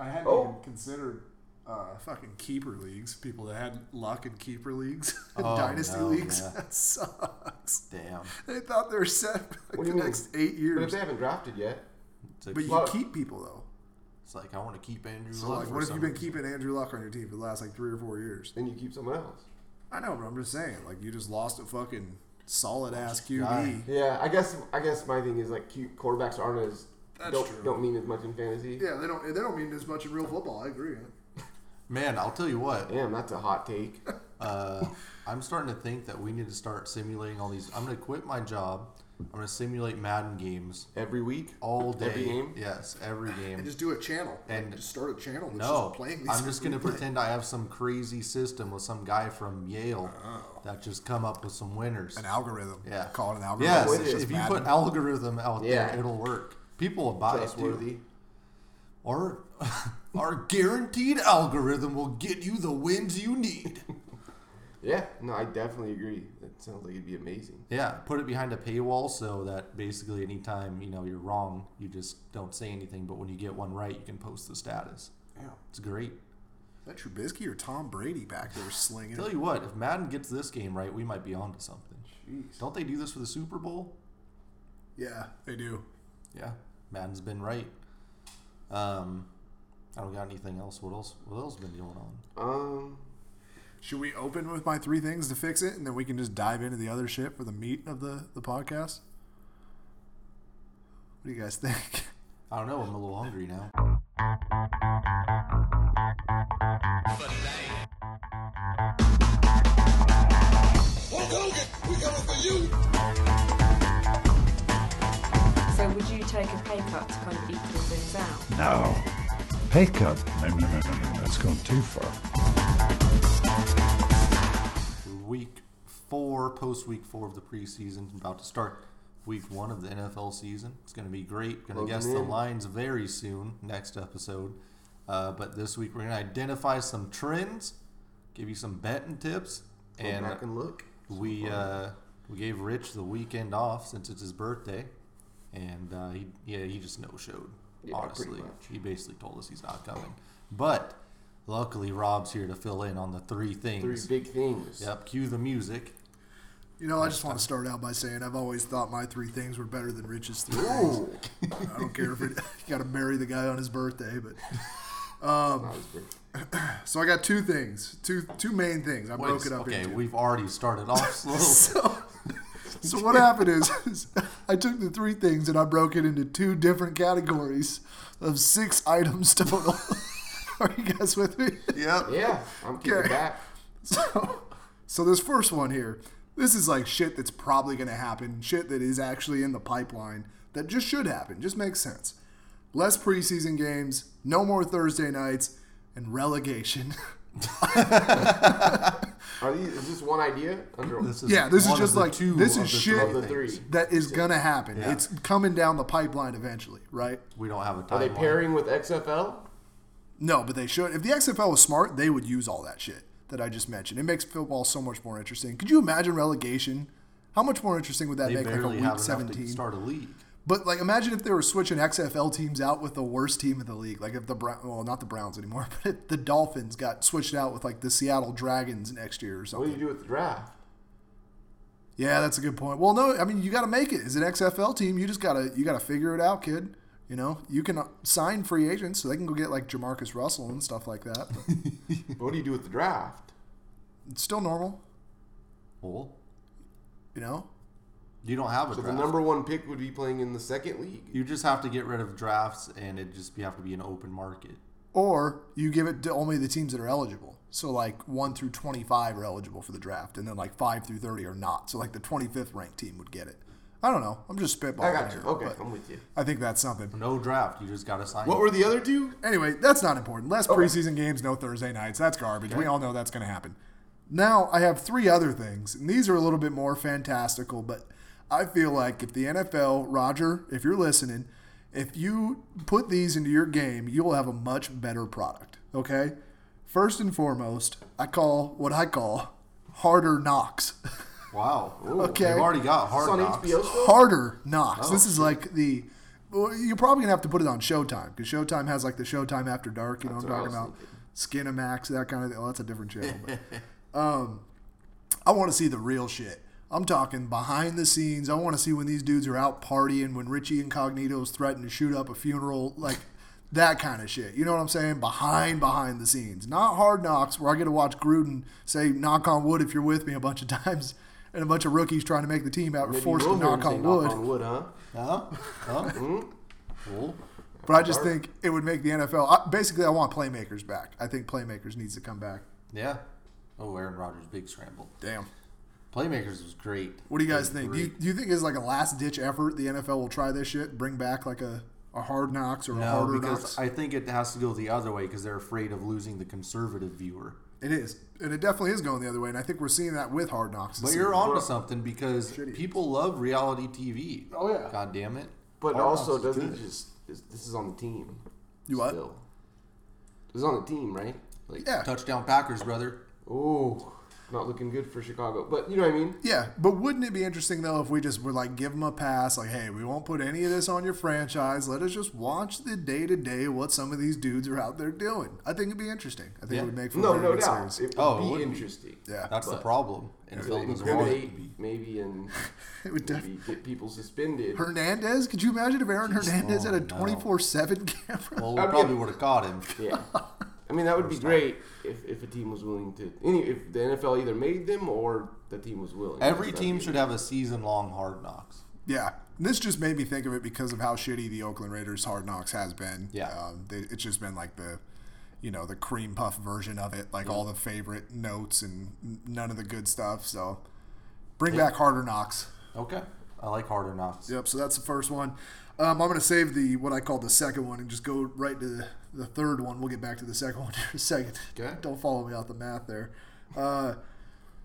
Oh. considered uh, fucking keeper leagues. People that had luck in keeper leagues, and Oh, dynasty no, leagues. yeah. That sucks. Damn. They thought they were set for like, What the do you mean? next eight But if years. they haven't drafted yet, It's like, But you Well- keep people though. it's like I want to keep Andrew. So Luck like, for what if some you've been reason. keeping Andrew Luck on your team for the last like three or four years? then you keep someone else. I know, but I'm just saying, like, you just lost a fucking solid ass QB. guy. Yeah, I guess I guess my thing is like cute quarterbacks aren't as That's don't true. don't mean as much in fantasy. Yeah, they don't. They don't mean as much in real football. I agree. Man, I'll tell you what. Damn, that's a hot take. Uh, I'm starting to think that we need to start simulating all these. I'm going to quit my job. I'm going to simulate Madden games Every week, all day. Every game? Yes, every And game. just do a channel. And And- just start a channel. That's No, just playing these I'm just going to people. pretend I have some crazy system with some guy from Yale that just come up with some winners. Oh. an algorithm. Yeah. Call it an algorithm. Yes, It's just if you Madden. put algorithm out Yeah. there, it'll work. People will buy it too. trustworthy. Our, our guaranteed algorithm will get you the wins you need. Yeah, no, I definitely agree. That sounds like it'd be amazing. Yeah, put it behind a paywall so that basically anytime you know you're wrong, you just don't say anything. But when you get one right, you can post the status. Yeah. It's great. Is that Trubisky or Tom Brady back there slinging? Tell it? you what, if Madden gets this game right, we might be onto something. Don't they do this for the Super Bowl? Yeah, they do. Yeah, Madden's been right. Um, I don't got anything else. What else? What else been going on? Um, Should we open with my three things to fix it, and then we can just dive into the other shit for the meat of the the podcast? What do you guys think? I don't know. I'm a little hungry now. So would you take a pay cut to kind of equal things out? No. Pay cut? No, no, no, no, no, no. It's gone too far. Week four, post week four of the preseason, about to start week one of the NFL season. It's going to be great. Going to Closing guess the in. lines very soon, next episode. Uh, but this week we're going to identify some trends, give you some betting tips, go and back and look. we uh, we gave Rich the weekend off since it's his birthday, and uh, he yeah he just no showed. Yeah, honestly, pretty much. he basically told us he's not coming, but. Luckily, Rob's here to fill in on the three Three things. big things. Yep, cue the music. You know, I just want to start out by saying I've always thought my three things were better than Rich's three things. Ooh, I don't care if it, you got to marry the guy on his birthday, but um, that was big. so I got two things, two two main things. I Wait, broke it up. okay, into. we've already started off slow. So, so what happened is, is I took the three things and I broke it into two different categories of six items total. Are you guys with me? yep. Yeah, I'm keeping Okay. back. So, so this first one here, this is like shit that's probably going to happen, shit that is actually in the pipeline that just should happen, just makes sense. Less preseason games, no more Thursday nights, and relegation. Are these? Is this one idea? Under, This is Yeah, this is one of just the like- two this of is the shit. of the things. three. That is going to happen. Yeah. It's coming down the pipeline eventually, right? We don't have a timeline. Are they pairing with XFL? No, but they should. If the XFL was smart, they would use all that shit that I just mentioned. It makes football so much more interesting. Could you imagine relegation? How much more interesting would that They make like a barely week have enough to 17? start a league. But like imagine if they were switching XFL teams out with the worst team in the league. Like if the Brown well, not the Browns anymore, but if the Dolphins got switched out with like the Seattle Dragons next year or What do something. you do with the draft? yeah, that's a good point. Well, no, I mean you got to make it. As an XFL team, you just got to you got to figure it out, kid. You know, you can uh, sign free agents so they can go get like Jamarcus Russell and stuff like that. But What do you do with the draft? it's still normal, Well, you know? you don't have a So the draft. number one pick would be playing in the second league. you just have to get rid of drafts, and it just you have to be an open market. Or you give it to only the teams that are eligible. So like one through twenty five are eligible for the draft, and then like five through thirty are not. So like the twenty fifth ranked team would get it. I don't know. I'm just spitballing. I got you. here, Okay, but I'm with you. I think that's something. No draft. You just got to sign. What were the other two? Anyway, that's not important. Less preseason games, no Thursday nights. That's garbage. We all know that's going to happen. Now I have three other things, and these are a little bit more fantastical. But I feel like if the NFL, Roger, if you're listening, if you put these into your game, you will have a much better product. Okay. First and foremost, I call what I call harder knocks. Wow. Okay. They've already got hard It's on HBO knocks. still? Oh, harder knocks. this is like the well, you're probably gonna have to put it on Showtime because Showtime has like the Showtime After Dark. You know That's what I'm what talking I about? was Skinamax, that kind of. thing. Well, that's a different channel. But, um, I want to see the real shit. I'm talking behind the scenes. I want to see when these dudes are out partying, when Richie Incognito's threatened to shoot up a funeral, like that kind of shit. You know what I'm saying? Behind behind the scenes, not hard knocks where I get to watch Gruden say "knock on wood" if you're with me a bunch of times, and a bunch of rookies trying to make the team out were Maybe forced we'll to hear him knock say on wood. Knock on wood, huh? Huh? Huh? Cool. But I just think it would make the NFL. I, basically, I want playmakers back. I think playmakers needs to come back. Yeah. Oh, Aaron Rodgers, big scramble. Damn. Playmakers was great. What do you guys Was think? Do you, great. do you think it's like a last ditch effort? The NFL will try this shit, bring back like a, a hard knocks or a No, harder because knocks. I think it has to go the other way because they're afraid of losing the conservative viewer. it is, and it definitely is going the other way. And I think we're seeing that with hard knocks. this But you're season. onto something because people love reality TV. Oh, yeah. God damn it. But Hard also, Knocks is doesn't good. it just is, this is on the team? You what? Still. This is on the team, right? Like, Yeah, touchdown Packers, brother. oh, not looking good for Chicago. But you know what I mean? yeah. But wouldn't it be interesting though if we just were like give them a pass, like hey, we won't put any of this on your franchise. Let us just watch the day to day what some of these dudes are out there doing. I think it'd be interesting. I think Yeah. it would make for a No, very no good doubt. series. It would Oh, it be would be. interesting. Yeah, That's the but- problem. And Phil doesn't want it to Intimidate, be. maybe, and It would def- maybe get people suspended. Hernandez? Could you imagine if Aaron Hernandez had a oh, no. 24 7 camera? Well, we probably would have caught him. Yeah. I mean, that would be great if, if a team was willing to. Any, if the NFL either made them or the team was willing. Every That's team not should have a season long hard knocks. Yeah. And this just made me think of it because of how shitty the Oakland Raiders Hard Knocks has been. Yeah. Um, they, it's just been like the, you know, the cream puff version of it, like all the favorite notes and n- none of the good stuff. So bring back Harder Knocks. Okay. I like harder knocks. Yep. So that's the first one. Um, I'm going to save the what I call the second one and just go right to the, the third one. We'll get back to the second one in a second. Okay. Don't follow me out the math there. Uh,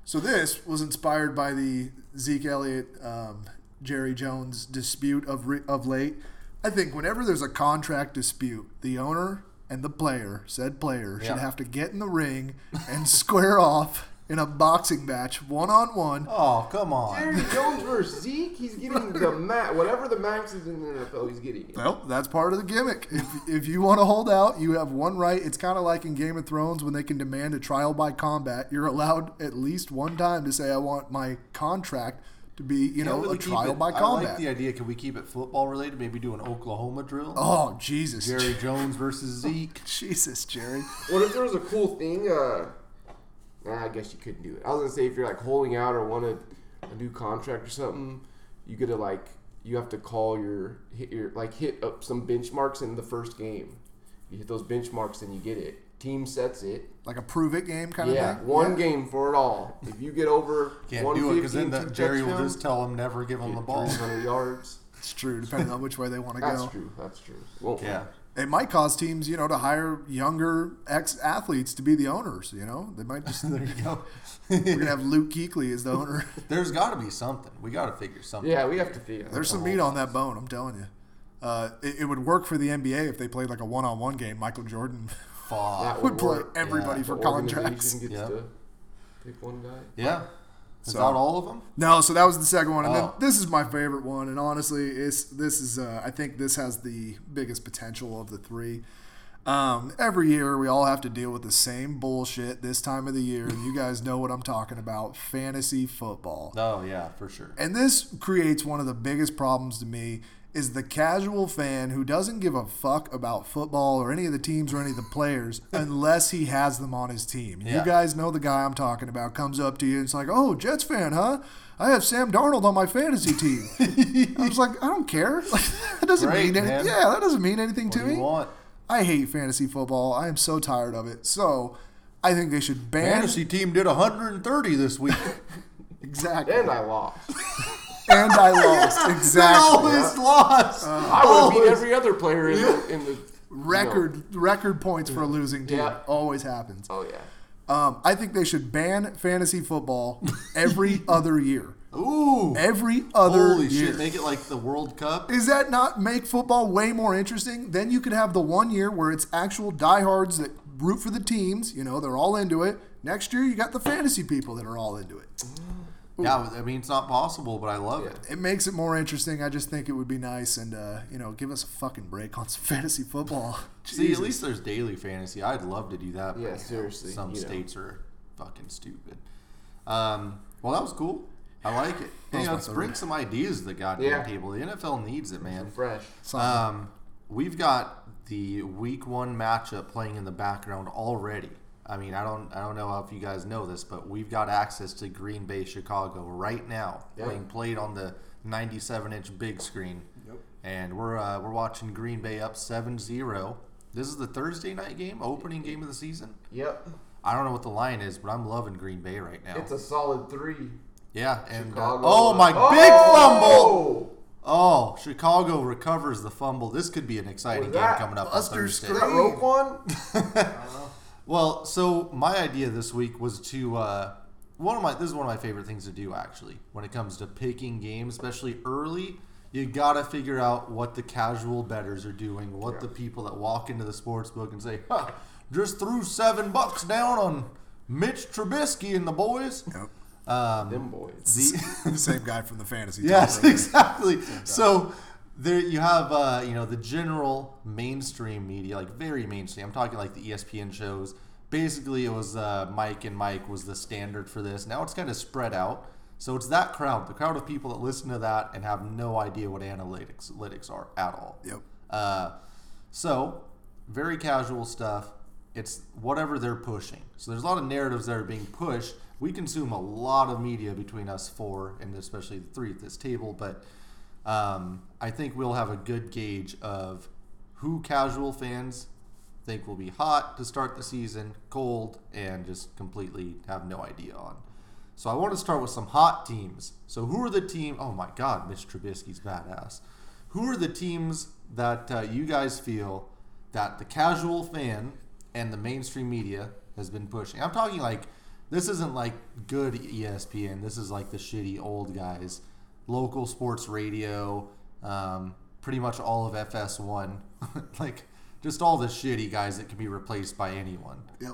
so this was inspired by the Zeke Elliott, um, Jerry Jones dispute of re- of late. I think whenever there's a contract dispute, the owner and the player, said player, should Yeah. have to get in the ring and square off in a boxing match, one on one. Oh, come on. Jerry Jones versus Zeke, he's getting the max. Whatever the max is in the NFL, he's getting it. Well, that's part of the gimmick. If, if you want to hold out, you have one right. It's kind of like in Game of Thrones when they can demand a trial by combat. You're allowed at least one time to say, I want my contract to be, you Can't know, really a keep trial it- by I like combat. the idea. Can we keep it football related? Maybe do an Oklahoma drill? oh, Jesus. Jerry Jones versus Zeke. Jesus, Jerry. What if there was a cool thing? Uh, nah, I guess you couldn't do it. I was gonna say if you're like holding out or want a, a new contract or something, you gotta like you have to call your hit your like hit up some benchmarks in the first game. You hit those benchmarks, then you get it. Team sets it. Like a prove it game kind of yeah, thing. one game for it all. If you get over Can't do it because 115, then the, two Jerry will touchdowns, just tell him never give him the ball. 300 yards. It's true, depending on which way they want to That's go. true. That's true. Won't Yeah. It might cause teams, you know, to hire younger ex athletes to be the owners, you know? They might just. There you go. We're going to have Luke Keekley as the owner. There's got to be something. We got to figure something. Yeah, we have to figure. There's some Oh. meat on that bone, I'm telling you. Uh, it, it would work for the NBA if they played like a one-on-one game. Michael Jordan Fuck. That would play work. everybody Yeah, for The contracts. organization Gets Yep. to pick one guy. Yeah. Is So- that all of them? No, so that was the second one, and then Oh. this is my favorite one. And honestly, it's this is uh, I think this has the biggest potential of the three. Um, every year, we all have to deal with the same bullshit this time of the year. and you guys know what I'm talking about: fantasy football. Oh, yeah, for sure. And this creates one of the biggest problems to me is the casual fan who doesn't give a fuck about football or any of the teams or any of the players unless he has them on his team. You Yeah. guys know the guy I'm talking about comes up to you and it's like, "Oh, Jets fan, huh? I have Sam Darnold on my fantasy team." I was like, "I don't care. Like, that doesn't Great, mean man. anything. Yeah, that doesn't mean anything to What do me. you want? I hate fantasy football. I am so tired of it. So, I think they should ban Fantasy team did 130 this week. exactly. And I lost. And I lost exactly. Always lost. I would have beat every other player in the, in the record record points for a losing team Yeah. always happens. No. Oh yeah. Um, I think they should ban fantasy football every other year. Ooh. Every other Holy year. shit. Make it like the World Cup. Is that not make football way more interesting? Then you could have the one year where it's actual diehards that root for the teams. You know, they're all into it. Next year, you got the fantasy people that are all into it. Yeah, I mean it's not possible, but I love Yeah. it. It makes it more interesting. I just think it would be nice and, uh, you know, give us a fucking break on some fantasy football. See, at Jesus. least there's daily fantasy. I'd love to do that. Yeah, you know, seriously, Some you know. states are fucking stupid. Um, well, that was cool. I like it. That was You know, my let's bring third. some ideas to the goddamn Yeah. table. The NFL needs it, man. Fresh. Something. Um, we've got the week one matchup playing in the background already. I mean, I don't, I don't know if you guys know this, but we've got access to Green Bay Chicago right now, Yeah. being played on the 97 inch big screen, Yep. and we're uh, we're watching Green Bay up 7-0. This is the Thursday night game, opening game of the season. Yep. I don't know what the line is, but I'm loving Green Bay right now. It's a solid three. yeah, and uh, Chicago- oh my big fumble! Oh, Chicago recovers the fumble. This could be an exciting Was game that coming up on Buster Thursday. Is that Screen? Roquan? Well, so my idea this week was to uh, one of my this is one of my favorite things to do actually when it comes to picking games, especially early. You gotta figure out what the casual betters are doing, what the people that walk into the sports book and say, "Huh, just threw seven bucks down on Mitch Trubisky and the boys." Yep. Them boys. The- Same guy from the fantasy. team, Yes, right? exactly. So there you have uh, you know the general mainstream media, like very mainstream. I'm talking like the E ESPN shows. Basically, it was uh, Mike and Mike was the standard for this. Now it's kind of spread out. So it's that crowd, the crowd of people that listen to that and have no idea what analytics analytics are at all. Yep. Uh, so, very casual stuff. It's whatever they're pushing. So there's a lot of narratives that are being pushed. We consume a lot of media between us four and especially the three at this table, but um, I think we'll have a good gauge of who casual fans think will be hot to start the season, cold, and just completely have no idea on. So I want to start with some hot teams. So who are the team? Oh my God, Mitch Trubisky's badass. Who are the teams that uh, you guys feel that the casual fan and the mainstream media has been pushing? I'm talking like this isn't like good E ESPN. This is like the shitty old guys, local sports radio, um, pretty much all of FS1, like just all the shitty guys that can be replaced by anyone. Yep.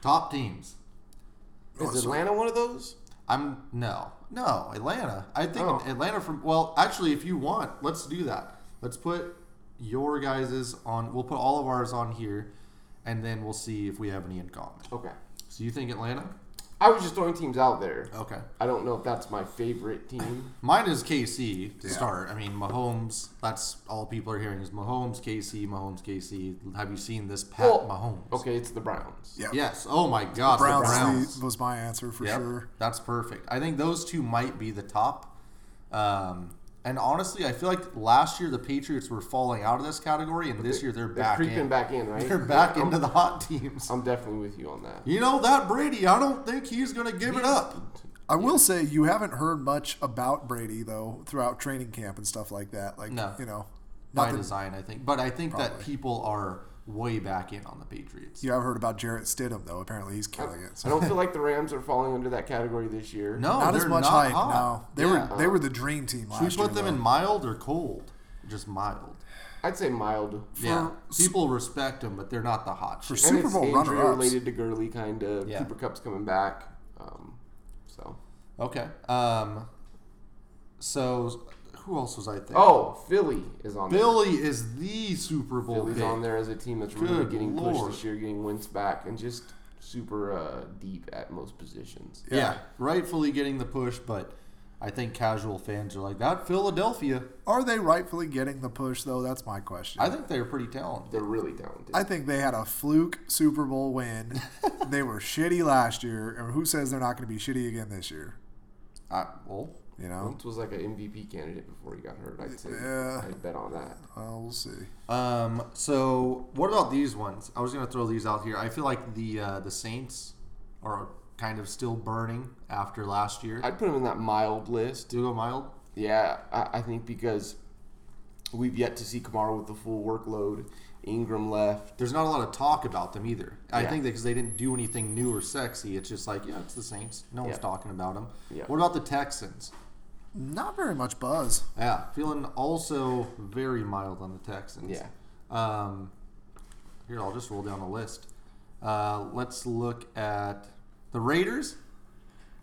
Top teams. Is Atlanta one of those? I'm no, no Atlanta. I think Oh. Atlanta from well, actually, if you want, let's do that. Let's put your guys's on. We'll put all of ours on here, and then we'll see if we have any in common. Okay. So you think Atlanta? I was just throwing teams out there. Okay. I don't know if that's my favorite team. Mine is KC to start. I mean, Mahomes. That's all people are hearing is Mahomes, KC, Mahomes, KC. Have you seen this Pat Well, Mahomes? Okay, it's the Browns. Yep. Yes. Oh my God. the Browns, Browns. the- was my answer for Yep, sure. That's perfect. I think those two might be the top. Um, and honestly, I feel like last year the Patriots were falling out of this category, and this year they're, They're back creeping in. back in, right? They're back I'm- into the hot teams. I'm definitely with you on that. You know that Brady. I don't think he's gonna give it up. I will say you haven't heard much about Brady though throughout training camp and stuff like that. Like No. you know, By not that design, I think. But I think that Probably. people are way back in on the Patriots. you have heard about Jarrett Stidham though. Apparently he's killing it. I So. don't feel like the Rams are falling under that category this year. No, Not they're as much not hype. hot. No, they Yeah. were they were the dream team last Should we put year, them though. in mild or cold? Just mild. I'd say mild. yeah, people respect them, but they're not the hot for shit. And Super it's Bowl injury runner-ups. related to Gurley, kind of. Yeah. Cooper Cup's coming back. Um, so. Okay. Um. So, who else was I thinking? Oh, Philly is on Billy is the Super Bowl there. Philly's pick. on there as a team that's really Good getting pushed lord. this year, getting wins back, and just super uh, deep at most positions. Yeah. rightfully getting the push, but I think casual fans are like that. Philadelphia, Are they rightfully getting the push though? That's my question. I think they're pretty talented. They're really talented. I think they had a fluke Super Bowl win. they were shitty last year, and who says they're not going to be shitty again this year? I, well, You know, Wentz was like an MVP candidate before he got hurt. I'd say. Yeah. I'd bet on that. well, we'll see. um, so what about these ones? I was gonna throw these out here. I feel like the uh, the Saints are kind of still burning after last year. I'd put him in that mild list. Do you go mild? Yeah, I, I think because we've yet to see Kamara with the full workload. Ingram left. There's not a lot of talk about them either. I Yeah. think because they didn't do anything new or sexy, it's just like yeah, it's the Saints. No one's Yeah. talking about them. Yeah. What about the Texans? Not very much buzz. Yeah, feeling also very mild on the Texans. Yeah. Um, here, I'll just roll down the list. Uh, let's look at the Raiders.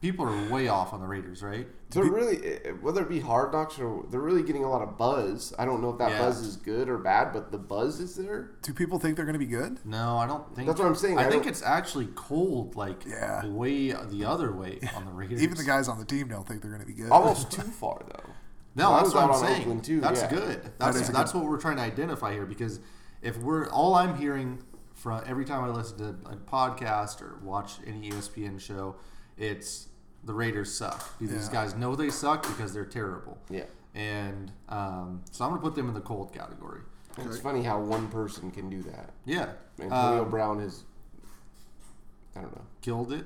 People are way off on the Raiders, right? They're really, eh, whether it be hard knocks or they're really getting a lot of buzz. I don't know if that Yeah. buzz is good or bad, but the buzz is there. Do people think they're going to be good? No, I don't think That's what I'm saying. I, I think don't- it's actually cold, like Yeah. way the other way on the Raiders. Even the guys on the team don't think they're going to be good. Almost too far though. No, I that's was what out I'm on saying. Oakland, too, that's yeah. good. That's is a that's what we're trying to identify here because if we're all I'm hearing from every time I listen to a podcast or watch any E ESPN show, it's the Raiders suck. These Yeah. guys know they suck because they're terrible. Yeah. And um, so I'm gonna put them in the cold category. It's funny how one person can do that. Yeah. Antonio Um, Brown has, I don't know, killed it.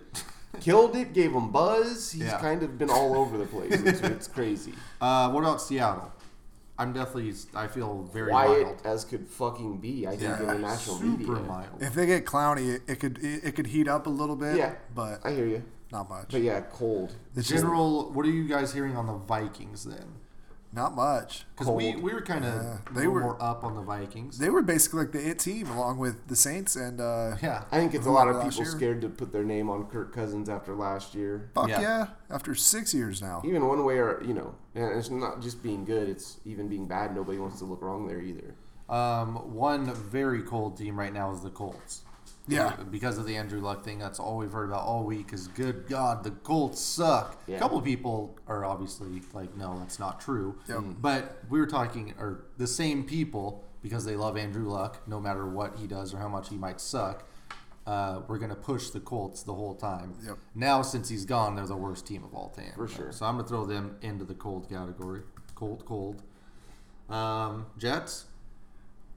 killed it. Gave him buzz. He's Yeah. kind of been all over the place. It's, it's crazy. uh, what about Seattle? I'm definitely. I feel very Quiet mild. as could fucking be. I think Yeah. in the national Super media. mild. If they get clowny, it, it could it, it could heat up a little bit. Yeah. but I hear you, not much. but yeah, cold. it's just General, what are you guys hearing on the Vikings then? not much. Because we, Cold. we were kind of Yeah, they they were were- more up on the Vikings. They were basically like the it team along with the Saints and uh, yeah, I think it's a Who lot won of last people year? scared to put their name on Kirk Cousins after last year. fuck Yeah. yeah. After six years now, Even one way or you know, and it's not just being good; it's even being bad. Nobody wants to look wrong there either. um, one very cold team right now is the Colts. Uh, Yeah. because of the Andrew Luck thing. That's all we've heard about all week. Is good God, the Colts suck. A Yeah. couple people are obviously like, no, that's not true. Yep. Hmm. But we were talking, or the same people, because they love Andrew Luck, no matter what he does or how much he might suck. Uh, we're gonna push the Colts the whole time. Yep. Now since he's gone, they're the worst team of all time. For sure. So I'm gonna throw them into the cold category. Cold, cold. Um, Jets.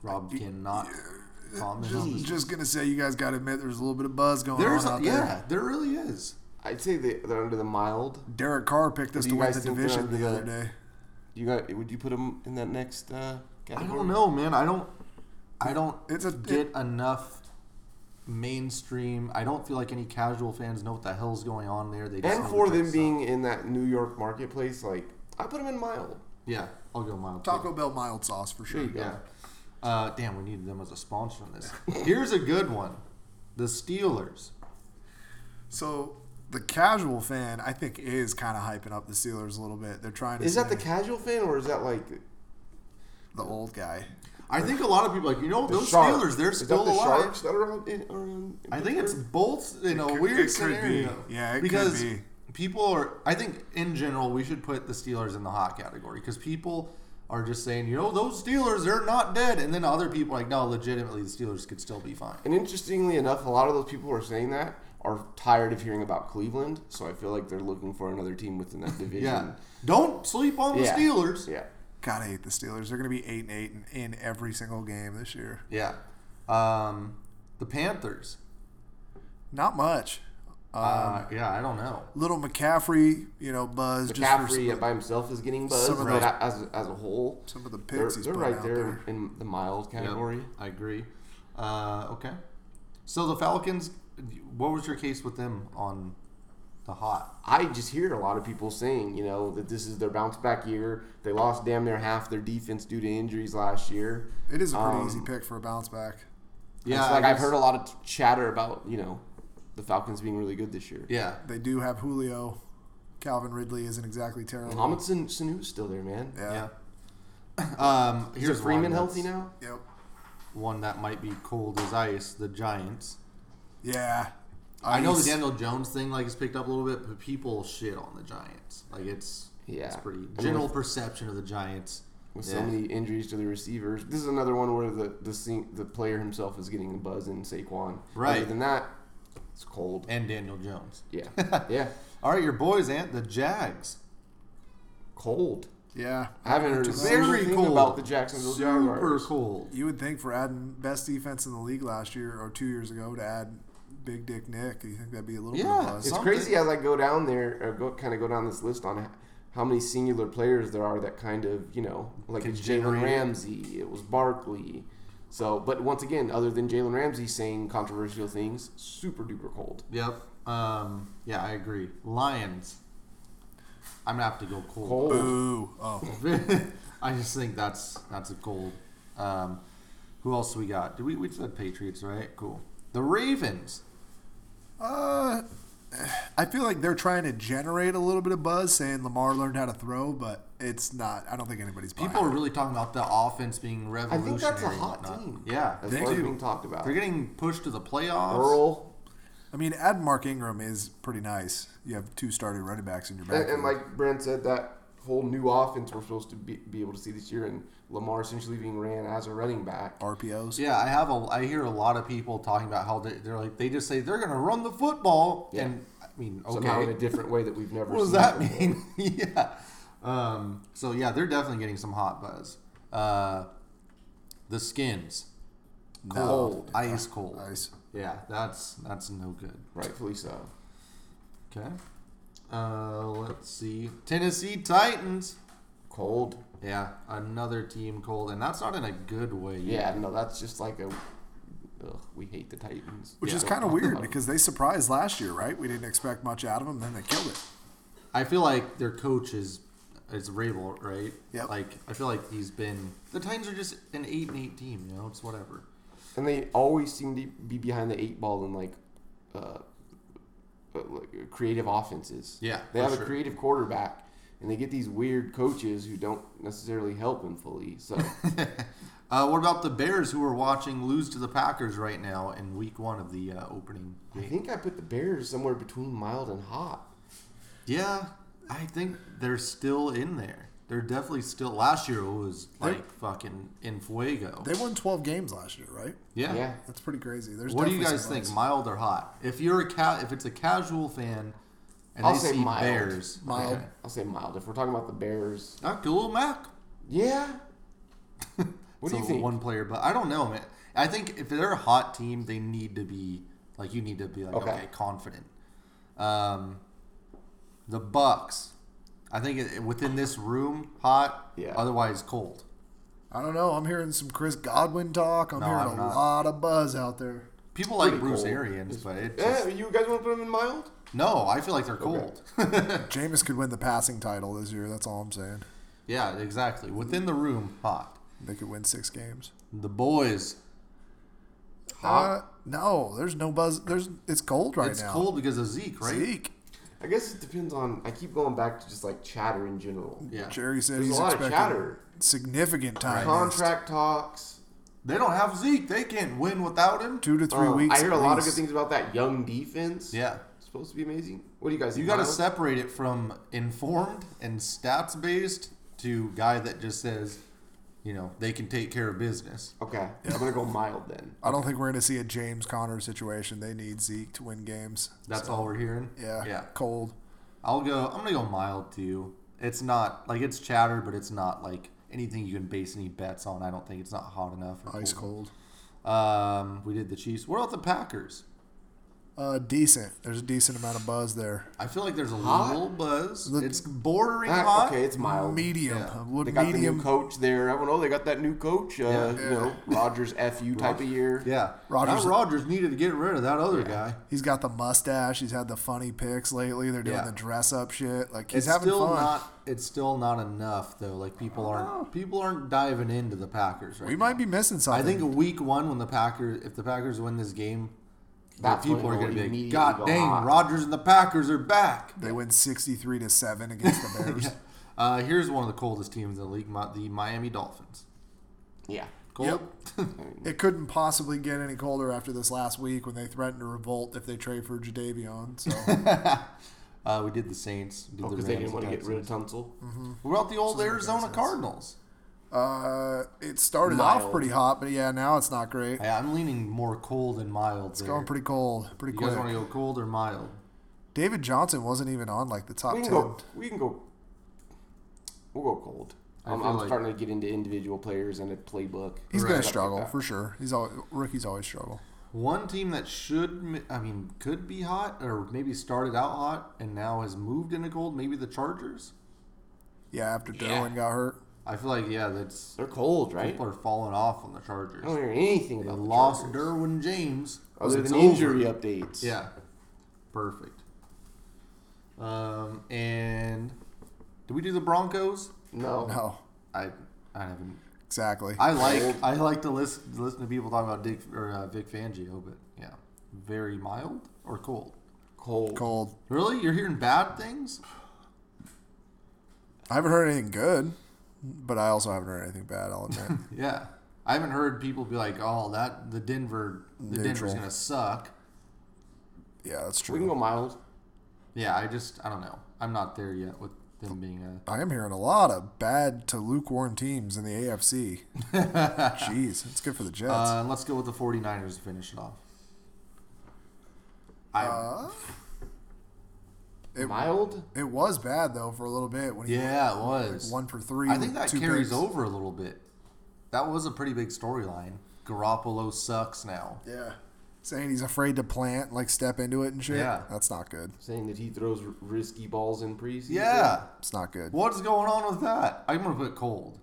Rob cannot comment on this. just gonna say you guys got to admit there's a little bit of buzz going There's on a, out there. yeah, there really is. I'd say they, they're under the mild. Derek Carr picked us Do to you win guys the think they're division under the the- other day. You got? Would you put them in that next uh, I category? don't know, man. I don't. I don't It's a- get enough mainstream. I don't feel like any casual fans know what the hell's going on there. They just And know for the them Jets being in that New York marketplace, like I put them in mild. suck. yeah, I'll go mild. too. Taco Bell mild sauce for sure. Yeah. Uh, damn, we needed them as a sponsor on this. Here's a good one: the Steelers. So the casual fan, I think, is kind of hyping up the Steelers a little bit. They're trying to Is that the say casual fan or is that like the old guy? I think a lot of people are like you know the those sharks? Steelers. They're Is that still the alive. Sharks that are on, in, are on, in I think it's Pittsburgh? both in a could- weird it could be. scenario. Yeah, it could because be. people are. I think in general we should put the Steelers in the hot category because people are just saying, you know, those Steelers they're not dead, and then other people are like, no, legitimately the Steelers could still be fine. And interestingly enough, a lot of those people who are saying that are tired of hearing about Cleveland, so I feel like they're looking for another team within that division. Yeah, don't sleep on the Yeah. Steelers. Yeah. God, I hate the Steelers. They're gonna be eight and eight in, in every single game this year. Yeah. Um, the Panthers. Not much. Uh, yeah, I don't know. Little McCaffrey, you know, buzz just for McCaffrey some, by himself is getting buzz, some of but those- a- as, as a whole, some of the they're, picks he's they're putting right out there, there. in the mild Yep, category. I agree. Uh, okay. So the Falcons. What was your case with them on the hot? I just hear a lot of people saying, you know, that this is their bounce back year. They lost damn near half their defense due to injuries last year. It is a pretty easy Um, pick for a bounce back. Yeah, like I I've guess- heard a lot of chatter about, you know, the Falcons being really good this year. Yeah. They do have Julio. Calvin Ridley isn't exactly terrible. Amundsen Sanu's still there, man. yeah. Yeah. Um, Is here's Freeman one healthy that's- now? Yep. One that might be cold as ice. The Giants. Yeah. I know the Ice. Daniel Jones thing like is picked up a little bit, but people shit on the Giants. Like it's Yeah. it's pretty And general with- perception of the Giants. With Yeah. so many injuries to the receivers, this is another one where the the, sing, the player himself is getting the buzz in Saquon. Right. Other than that, it's cold. and Daniel Jones. Yeah, yeah, All right, your boys, Ant, the Jags. cold. Yeah. I haven't heard a single Very thing cold about the Jacksonville Super Jaguars. cold. You would think for adding best defense in the league last year or two years ago to add Big Dick Nick, you think that'd be a little bit Yeah, of buzz. It's Something. crazy as I go down there, or go kind of go down this list on h- how many singular players there are that kind of you know like Can it's generate Jalen it. Ramsey, it was Barkley. So, but once again, other than Jalen Ramsey saying controversial things, super duper cold. Yep. Um, yeah, I agree. Lions. I'm gonna have to go cold. Cold. Boo. Oh. I just think that's that's a gold. Um, who else we got? Did we we said Patriots, right? Cool. The Ravens. Uh, I feel like they're trying to generate a little bit of buzz, saying Lamar learned how to throw, but it's not. I don't think anybody's buying. People are it. really talking about the offense being I think revolutionary. that's a and hot whatnot. team. Yeah, as they far as do. being talked about. They're getting pushed to the playoffs. Earl I mean, add Mark Ingram is pretty nice. You have two starting running backs in your back. and, and like Brent said, that whole new offense we're supposed to be, be able to see this year, and Lamar essentially being ran as a running back. RPOs. Yeah, I have a. I hear a lot of people talking about how they, they're like they just say they're gonna run the football, Yeah. and I mean, okay, Somehow in a different way that we've never what does seen. that before. mean? yeah. Um, so yeah, they're definitely getting some hot buzz. Uh, the skins, cold, ice cold. Ice. Yeah, that's that's no good. Rightfully so. Okay. Uh, let's see. Tennessee Titans. Cold. Yeah, another team cold, and that's not in a good way. Yeah, no, that's just like a. Ugh, we hate the Titans. Which Yeah. is kind of weird because they surprised last year, right? We didn't expect much out of them, then they killed it. I feel like their coach is is Rabel, right? Yep. Like I feel like he's been the Titans are just an eight and eight team, you know, it's whatever. And they always seem to be behind the eight ball in like, uh, uh, like creative offenses. Yeah, they for have sure. a creative quarterback, and they get these weird coaches who don't necessarily help him fully. So Uh, what about the Bears who are watching lose to the Packers right now in week one of the uh, opening I game? think I put the Bears somewhere between mild and hot. Yeah, I think they're still in there. They're definitely still. Last year was like fucking in fuego. They won 12 games last year, right? Yeah. Yeah, That's pretty crazy. There's What do you definitely guys some think, buzz. mild or hot? If you're a ca- if it's a casual fan, and I'll they say see mild. Bears, Mild. okay. I'll say mild. If we're talking about the Bears, Not cool, Mac. yeah. What do It's you a think? One player, but I don't know, man. I think if they're a hot team, they need to be like you need to be like okay, Okay. confident. Um, the Bucks. I think it, within this room, hot. Yeah. Otherwise, cold. I don't know. I'm hearing some Chris Godwin talk. I'm No, hearing I'm a not. lot of buzz out there. People like Pretty Bruce cold. Arians, but it Eh, just, you guys want to put them in mild? no. I feel like they're cold. Jameis could win the passing title this year. That's all I'm saying. yeah, exactly. Within the room, hot. They could win six games. The boys. Uh, no, there's no buzz. There's it's cold right It's now. cold because of Zeke, right? Zeke, I guess it depends on. I keep going back to just like chatter in general. Yeah. Jerry said There's he's a lot of expecting chatter. significant time. missed. Contract talks. They don't have Zeke. They can't win without him. Two to three Um, weeks. I hear a at lot of good least. things about that young defense. Yeah. It's supposed to be amazing. What do you guys? You think, got to Miles? separate it from informed and stats based to guy that just says, you know, they can take care of business. Okay, I'm gonna go mild then. I don't think we're going to see a James Conner situation. They need Zeke to win games. That's all we're hearing. Yeah. Yeah. Cold. I'll go. I'm gonna go mild too. It's not like it's chatter, but it's not like anything you can base any bets on. I don't think it's not hot enough. or Ice cold. Um, we did the Chiefs. What about the Packers? Uh, decent. There's a decent amount of buzz there. I feel like there's a Hot? little buzz. The- it's bordering Ah, hot. okay, it's mild. Medium. Yeah. Uh, what They got the medium. new coach there. Everyone, oh, they got that new coach. Uh, Yeah. You know, Rogers FU type of year. Yeah, Rodgers- Now Rodgers needed to get rid of that other guy. He's got the mustache. He's had the funny pics lately. They're doing Yeah. the dress up shit. Like he's it's having still fun. not. It's still not enough though. Like people Oh. aren't. People aren't diving into the Packers right we now. might be missing I something. think week one when the Packers, if the Packers win this game, the That's people when are it'll going to be immediately like, God go dang, hot." Rodgers and the Packers are back. they win 63 to 7 against the Bears. Uh, here's one of the coldest teams in the league, Mi- the Miami Dolphins. Yeah. Cold. It couldn't possibly get any colder after this last week when they threatened to revolt if they trade for Jadavion. So Uh, we did the Saints. we Did the Because Oh, they didn't Rams, want to the get rid of Texans. Tunsil. What about the old Arizona Cardinals? uh, it started off Mild. pretty hot, but yeah, now it's not great. I, I'm leaning more cold and mild. there. Going pretty cold, pretty you guys quick. want to go cold or mild? David Johnson wasn't even on like the top We can 10. go. We can go. We'll go cold. I I'm, feel I'm like- starting to get into individual players and a playbook. He's going Right. to struggle for sure. He's always, rookies always struggle. One team that should, mi- I mean, could be hot, or maybe started out hot and now has moved into cold. Maybe the Chargers. Yeah, after Derwin got hurt. I feel like yeah, that's They're cold, right? people are falling off on the I don't Chargers. hear anything They about the lost Chargers. Oh, Derwin James. Other It's than over. injury updates. Yeah, perfect. Um, and did we do the Broncos? No. No, I I haven't. exactly. I like I like to listen listen to people talk about Dick or uh, Vic Fangio, but yeah, very mild or cold. cold. Cold. Really? You're hearing bad things? I haven't heard anything good, but I also haven't heard anything bad. I'll admit. Yeah. I haven't heard people be like, "Oh, that the Denver, the Denver's Neutral. gonna suck." yeah, that's We can go true. mild. Yeah, I just, I don't know. I'm not there yet with them being a. I am hearing a lot of bad to lukewarm teams in the AFC. Jeez, it's good for the Jets. Uh, and let's go with the 49ers to finish it off. I, Uh, It- Mild? it was bad though for a little bit when he yeah, it was. one for three. I with think that two carries picks. over a little bit. That was a pretty big storyline. Garoppolo sucks now. Yeah, saying he's afraid to plant, like step into it and shit. Yeah. that's not good. Saying that he throws r- risky balls in preseason. Yeah. It's not good. What's going on with that? I'm going to put cold.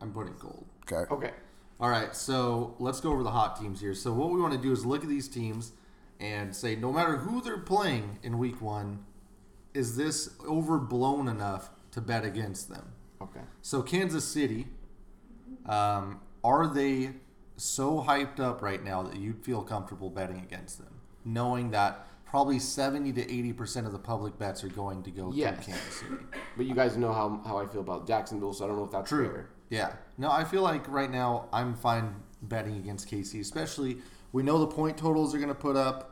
I'm putting cold. Okay. Okay. All right, so let's go over the hot teams here. So what we want to do is look at these teams and say, no matter who they're playing in week one, is this overblown enough to bet against them? Okay. So Kansas City, um, are they so hyped up right now that you'd feel comfortable betting against them, knowing that probably seventy to eighty percent of the public bets are going to go Yes. through Kansas City? But you guys know how, how I feel about Jacksonville, so I don't know if that's fair. Yeah. No, I feel like right now I'm fine betting against KC, especially we know the point totals are going to put up.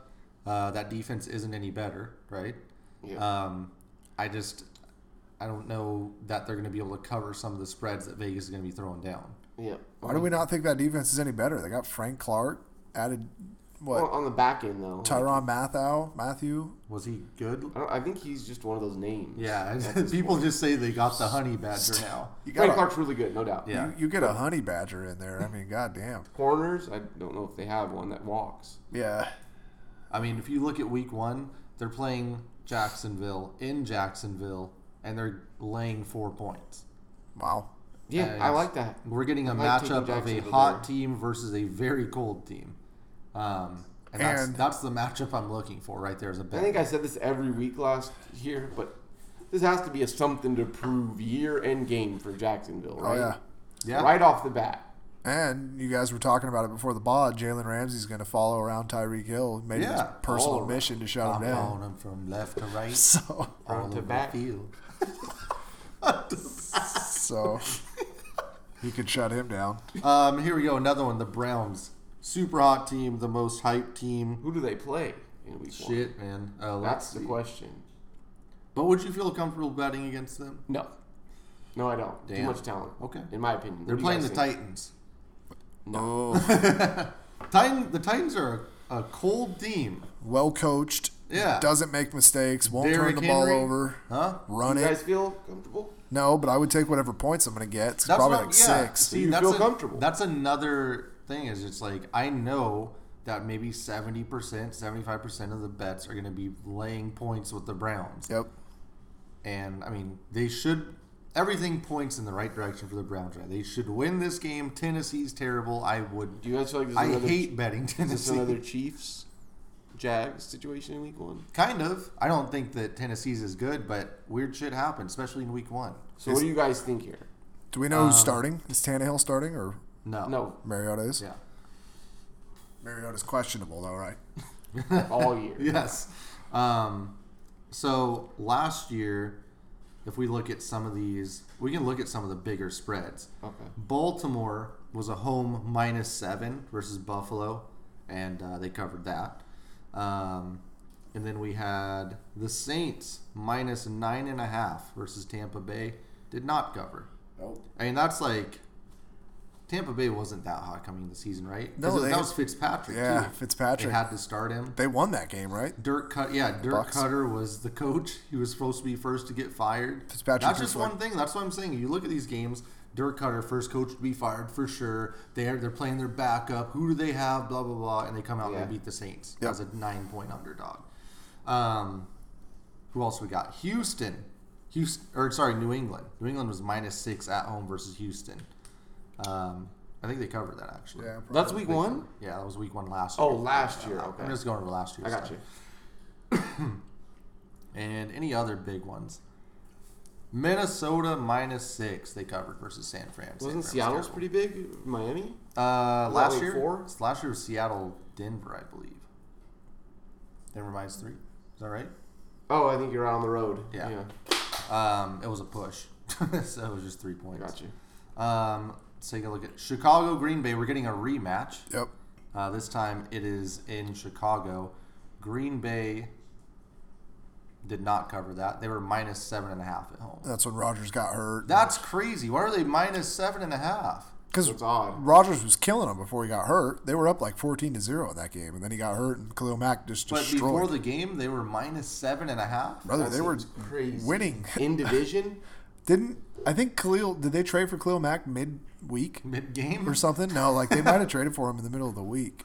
Uh, that defense isn't any better, right? Yeah. Um, I just I don't know that they're going to be able to cover some of the spreads that Vegas is going to be throwing down. yeah. Why do we not think that defense is any better? They got Frank Clark added. What? Well, on the back end, though. Tyron Matthew, Matthew. Was he good? I, don't, I think he's just one of those names. Yeah, people just say they got the honey badger now. You Frank got Clark's really good, no doubt. Yeah. you, you get a honey badger in there. I mean, goddamn. Corners, I don't know if they have one that walks. Yeah, I mean, if you look at week one, they're playing Jacksonville in Jacksonville, and they're laying four points. wow. Yeah, And I like that. We're getting a I like taking matchup of a Jacksonville hot there. team versus a very cold team. Um, and, that's, And- that's the matchup I'm looking for right there as a I bet. think I said this every week last year, but this has to be a something to prove year end game for Jacksonville, Oh right? yeah. yeah. Right off the bat. And you guys were talking about it before the bod. Jalen Ramsey's going to follow around Tyreek Hill, made it his Yeah, Oh, personal all around. mission to shut I'm him down. on them from left to right, So, all Front to over back. the field. so he could shut him down. Um, here we go. Another one. The Browns, super hot team, the most hyped team. Who do they play in week one? Shit, man. Uh, let's That's the see. question. But would you feel comfortable betting against them? No. No, I don't. Damn. Too much talent. Okay. In my opinion. They're What do you playing guys the think? Titans. Oh, Titan. The Titans are a, a cold team. well coached. Yeah. Doesn't make mistakes. Won't Derrick turn the ball Henry. over. Huh? Run You eh? it. guys feel comfortable? no, but I would take whatever points I'm going to get. It's probably what- like yeah. six. See, You that's feel a- comfortable. That's another thing is it's like I know that maybe 70%, 75% of the bets are going to be laying points with the Browns. Yep. And I mean, they should everything points in the right direction for the Browns, right? They should win this game. Tennessee's terrible. I would Do you guys feel like this is I another, hate betting is this Tennessee. another Chiefs Jags situation in week one? Kind of. I don't think that Tennessee's is good, but weird shit happens, especially in week 1. So what do you guys think here? Do we know Um, who's starting? Is Tannehill starting or No. No, Mariota is? Yeah. Mariota's questionable though, right? all year. yes. Um, so last year, if we look at some of these, we can look at some of the bigger spreads. Okay. Baltimore was a home minus seven versus Buffalo, and uh, they covered that. Um, and then we had the Saints minus nine and a half versus Tampa Bay, did not cover. Nope. I mean, that's like Tampa Bay wasn't that hot coming in the season, right? 'Cause No, they- that was Fitzpatrick. Yeah, too. Fitzpatrick. They had to start him. They won that game, right? Dirk Cut, yeah, Dirk Bucks. Cutter was the coach. He was supposed to be first to get fired. Fitzpatrick That's was just like- one thing. That's what I'm saying. You look at these games. Dirk Cutter, first coach to be fired for sure. They're they're playing their backup. Who do they have? Blah blah blah. And they come out Yeah. and they beat the Saints Yep. as a nine point underdog. Um, who else we got? Houston, Houston, or sorry, New England. New England was minus six at home versus Houston. Um, I think they covered that actually. That's week one? Yeah, that was week one last year. Oh, last year. Okay. I'm just going over last year. I got you. And any other big ones? Minnesota minus six they covered versus San Fran. San Wasn't Fran was Seattle's terrible. pretty big? Miami? Uh, was that last week year, four? last year was Seattle Denver, I believe. Denver minus three. Is that right? Oh, I think you're out on the road. Yeah. yeah. Um, it was a push. so it was just three points. Got you. Um, let's take a look at Chicago Green Bay. We're getting a rematch. Yep. Uh, this time it is in Chicago. Green Bay did not cover that. They were minus seven and a half at home. That's when Rogers got hurt. That's crazy. Why are they minus seven and a half? Because That's odd. Rogers was killing them before he got hurt. They were up like 14 to 0 in that game, and then he got hurt, and Khalil Mack just But before destroyed. the game, they were minus seven and a half. Brother, That they were seems crazy. winning. in division. Didn't I think Khalil? Did they trade for Khalil Mack mid-week Mid game or something? No, like they might have traded for him in the middle of the week.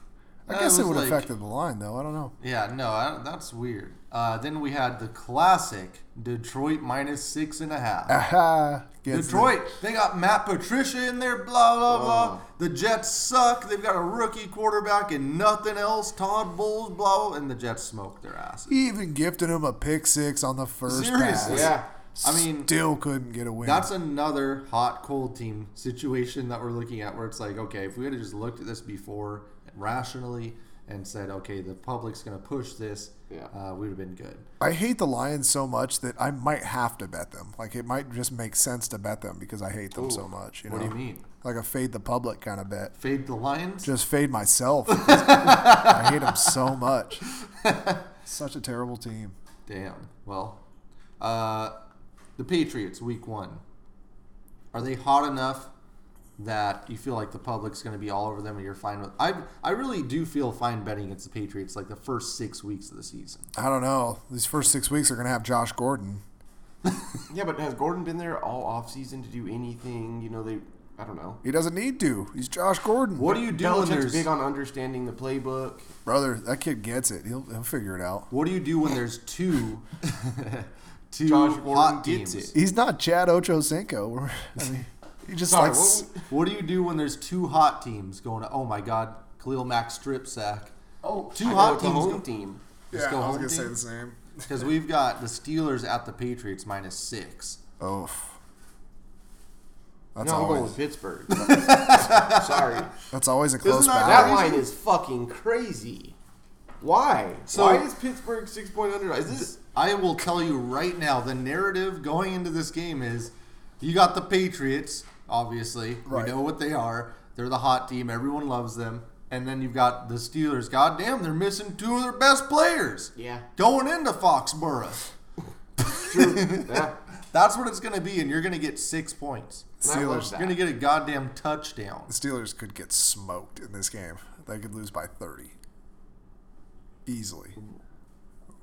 I That guess it was would have like- affected the line though. I don't know. Yeah, no, I, that's weird. Uh, then we had the classic Detroit minus six and a half. Ah, Aha! Gets them. Detroit, they got Matt Patricia in there, blah, blah, blah. Wow. The Jets suck. They've got a rookie quarterback and nothing else. Todd Bowles, blah, blah, and the Jets smoked their asses. He even gifted him a pick six on the first pass. Seriously. Yeah. I mean, still couldn't get a win. that's another hot, cold team situation that we're looking at where it's like, okay, if we had just looked at this before rationally and said, okay, the public's going to push this, Yeah. uh, we would have been good. I hate the Lions so much that I might have to bet them. Like it might just make sense to bet them because I hate them so much. You What know? do you mean? Like a fade the public kind of bet. Fade the Lions? Just fade myself. I hate them so much. Such a terrible team. Damn. Well, uh, the Patriots, week one. Are they hot enough that you feel like the public's going to be all over them and you're fine with I I really do feel fine betting against the Patriots like the first six weeks of the season. I don't know. These first six weeks are gonna have Josh Gordon. Yeah, but has Gordon been there all off season to do anything? You know, they. I don't know. He doesn't need to. He's Josh Gordon. What do you do when Belichick's there's big on understanding the playbook. brother? That kid gets it. He'll he'll figure it out. What do you do when there's two two Josh Gordon hot gets teams? it. He's not Chad Ochocinco. I mean, he just Sorry, likes. what- What do you do when there's two hot teams going? Oh my God, Khalil Mack strip sack. Oh, Two I know hot it's a teams home go- team. Just go home team? same. Because we've got the Steelers at the Patriots minus six. Oh, that's no, I'm going always with Pittsburgh. Sorry, that's always a close Isn't that- battle. that line is fucking crazy. Why? So- Why is Pittsburgh six point under? Is this? I will tell you right now, the narrative going into this game is you got the Patriots, obviously. Right. We know what they are. They're the hot team. Everyone loves them. And then you've got the Steelers. God damn, they're missing two of their best players. Yeah. Going into Foxborough. Yeah. That's what it's going to be, and you're going to get six points. I love Steelers, that. You're going to get a goddamn touchdown. the Steelers could get smoked in this game. They could lose by thirty easily.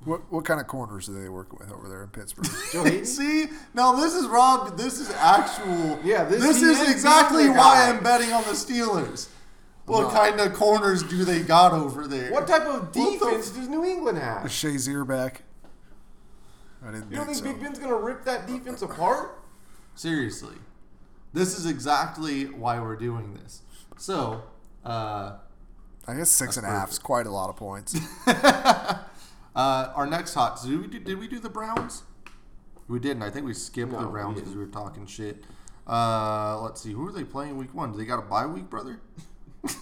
What what kind of corners do they work with over there in Pittsburgh? Joe Hayden? See, now this is Rob. This is actual. Yeah, this- this, he is is exactly the guy. why I'm betting on the Steelers. What kind of corners do they got over there? What type of What the- defense does New England have? Shazier back. I didn't You don't think think so. Big Ben's gonna rip that defense apart? Seriously, this is exactly why we're doing this. So, uh, I guess six and a half is quite a lot of points. uh, our next hot. Did we do, did we do the Browns? We didn't. I think we skipped the No, we Browns because we were talking shit. Uh, let's see. Who are they playing week one? Do they got a bye week, brother?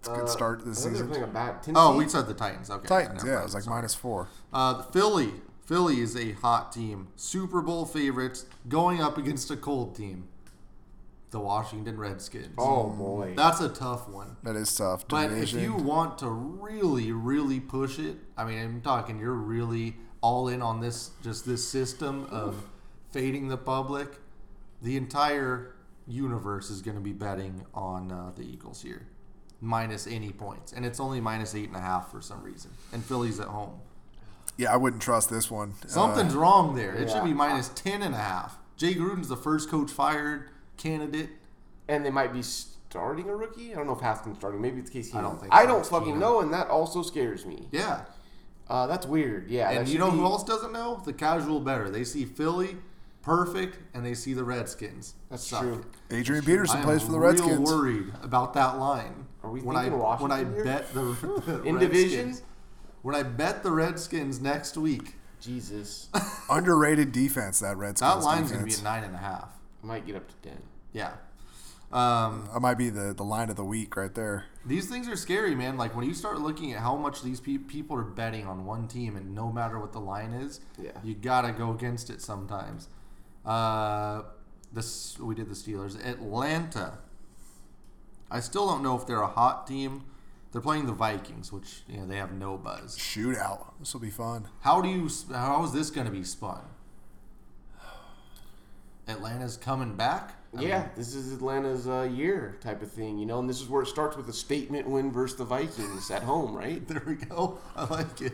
It's a Uh, good start to the I think they're season. playing a bad Tennessee. Oh, we said the Titans. Okay, Titans, never yeah, mind. it was like Sorry. minus four. Uh, Philly. Philly is a hot team. Super Bowl favorites going up against a cold team. The Washington Redskins. Oh boy. That's a tough one. That is tough. But Division. if you want to really, really push it, I mean, I'm talking you're really all in on this, just this system of fading the public. The entire universe is going to be betting on uh, the Eagles here, minus any points, and it's only minus eight and a half for some reason. And Philly's at home. yeah, I wouldn't trust this one. Uh, Something's wrong there. It should be yeah. minus 10 and a half. Jay Gruden's the first coach fired candidate. and they might be starting a rookie. I don't know if Haskins starting. Maybe it's Case Keenum. I don't don't, think it's fucking Keenum. know, and that also scares me. Yeah. Uh, that's weird. Yeah. And that you should know who be- else doesn't know? The casual better. They see Philly perfect and they see the Redskins. That's Suck true. it. Adrian Peterson I am plays for the real Redskins. worried about that line. Are we when I, thinking when I Washington here? bet the, the In division? Redskins- When I bet the Redskins next week, Jesus. Underrated defense that Redskins. that line's going to be defense. at nine and a half. I might get up to ten. Yeah. Um, That might be the, the line of the week right there. these things are scary, man. Like when you start looking at how much these pe- people are betting on one team, and no matter what the line is, Yeah. you gotta go against it sometimes. Uh, this we did the Steelers. Atlanta. I still don't know if they're a hot team. They're playing the Vikings, which you know they have no buzz. Shootout. This will be fun. How do you? s- How is this gonna be spun? Atlanta's coming back. I yeah, mean, this is Atlanta's uh, year type of thing, you know, and this is where it starts with a statement win versus the Vikings at home, right? there we go. I like it.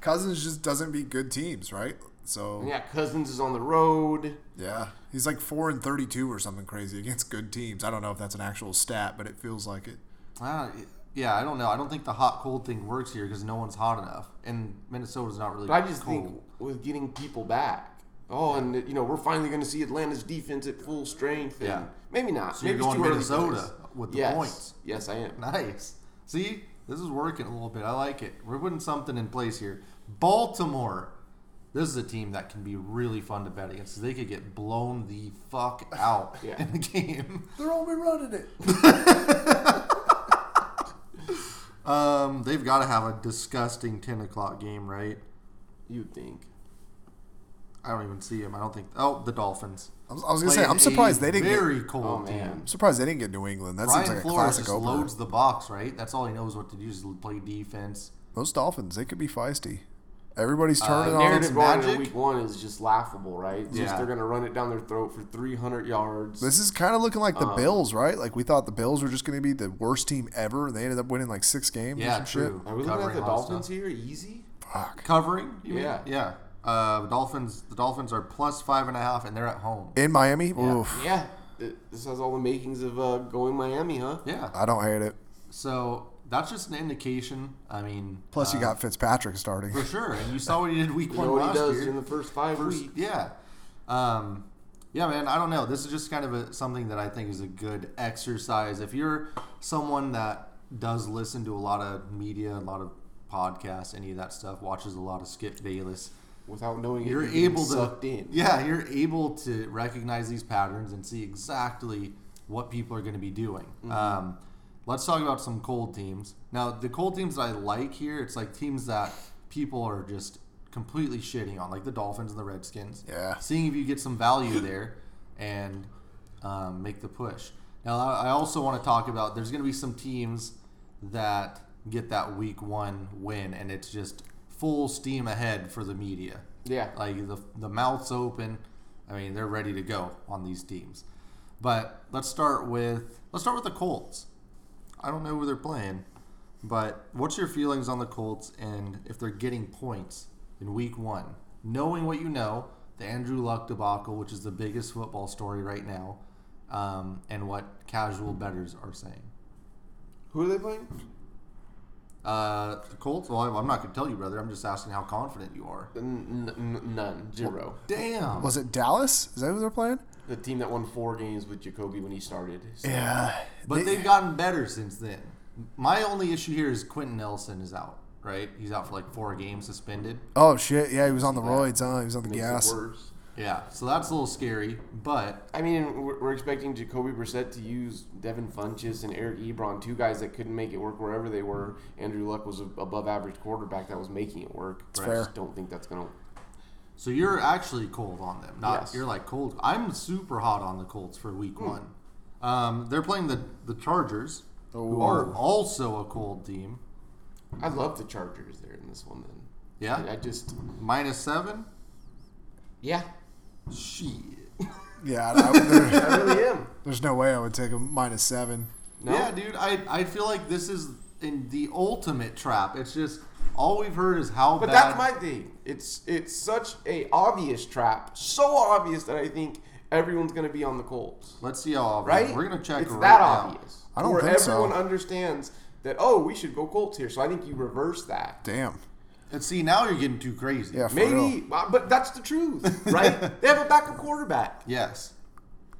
Cousins just doesn't beat good teams, right? So And yeah, Cousins is on the road. yeah, he's like four and thirty-two or something crazy against good teams. I don't know if that's an actual stat, but it feels like it. I don't, yeah, I don't know. I don't think the hot cold thing works here because no one's hot enough, and Minnesota's not really. But I just cold. think with getting people back, oh, and you know, we're finally going to see Atlanta's defense at full strength. And Yeah. maybe not. So maybe you're it's going too early for Minnesota this. with the yes. points. Yes, I am. Nice. See, this is working a little bit. I like it. We're putting something in place here. Baltimore. This is a team that can be really fun to bet against. They could get blown the fuck out Yeah. in the game. They're only running it. Um, they've got to have a disgusting ten o'clock game, right? You'd think. I don't even see them. I don't think. Oh, the Dolphins. I was, I was gonna say, Playing I'm surprised a they didn't. Get, Very cold Oh, team. man. I'm surprised they didn't get New England. That Brian seems like a Flores classic just opener. loads the box, right? That's all he knows what to do is play defense. Those Dolphins, they could be feisty. Everybody's turning on. Narrative going into magic? week one is just laughable, right? It's Yeah. Just they're going to run it down their throat for 300 yards. This is kind of looking like the Bills, right? Like we thought the Bills were just going to be the worst team ever, and they ended up winning like six games. or some Yeah, true. Are we looking Covering at the a lot of Dolphins stuff. here? Easy. Shit. Fuck. Covering? You mean? Yeah. yeah. Uh, Dolphins. The Dolphins are plus five and a half, and they're at home. In Miami, oof. Yeah, th- this has all the makings of uh, going Miami, huh? Yeah. I don't hate it. So that's just an indication. I mean, uh, Plus, you got Fitzpatrick starting. for sure. And you saw what he did week You know one what he last does year. in the first five First- weeks. yeah. Um, yeah, man. I don't know. This is just kind of a, something that I think is a good exercise. If you're someone that does listen to a lot of media, a lot of podcasts, any of that stuff, watches a lot of Skip Bayless, without knowing it, you're being able to sucked in. Yeah, you're able to recognize these patterns and see exactly what people are going to be doing. Mm-hmm. Um, let's talk about some cold teams. Now, the cold teams that I like here, it's like teams that people are just completely shitting on, like the Dolphins and the Redskins. Yeah. seeing if you get some value there and um, make the push. Now, I I also want to talk about there's going to be some teams that get that week one win, and it's just full steam ahead for the media. Yeah. Like the, the mouth's open. I mean, they're ready to go on these teams. But let's start with let's start with the Colts. I don't know who they're playing, but what's your feelings on the Colts and if they're getting points in week one? Knowing what you know, the Andrew Luck debacle, which is the biggest football story right now, um, and what casual betters are saying. Who are they playing? Uh, the Colts, well, I'm not going to tell you, brother. I'm just asking how confident you are. N- n- n- none, zero. Damn. Was it Dallas? Is that who they're playing? The team that won four games with Jacoby when he started. So- Yeah. But They- they've gotten better since then. My only issue here is Quentin Nelson is out, right? He's out for like four games suspended. oh shit! Yeah, he was on the roids. Huh? He was on the makes it gas. worse. Yeah, so that's a little scary, but I mean, we're, we're expecting Jacoby Brissett to use Devin Funches and Eric Ebron, two guys that couldn't make it work wherever they were. Andrew Luck was a above average quarterback that was making it work. I fair. just don't think that's going to. so you're actually cold on them. Not Yes. Hmm. you're like cold. I'm super hot on the Colts for week one. Um, they're playing the the Chargers, who Oh. are also a cold team. I love the Chargers there in this one, then. I Yeah, just. minus seven. Yeah. Shit. Yeah. I, I, there- I really am. there's no way I would take a minus seven. No? Yeah, dude. I I feel like this is in the ultimate trap. It's just all we've heard is how But bad. that's my thing. It's it's such a obvious trap, so obvious that I think everyone's gonna be on the Colts, Let's see how obvious. right? We're gonna check It's right that now. obvious. I don't Where think so. everyone understands that. Oh, we should go Colts here. So I think you reverse that. Damn. And see, now you're getting too crazy. Yeah. For real. Maybe, uh, but that's the truth, right? they have a backup quarterback. Yes.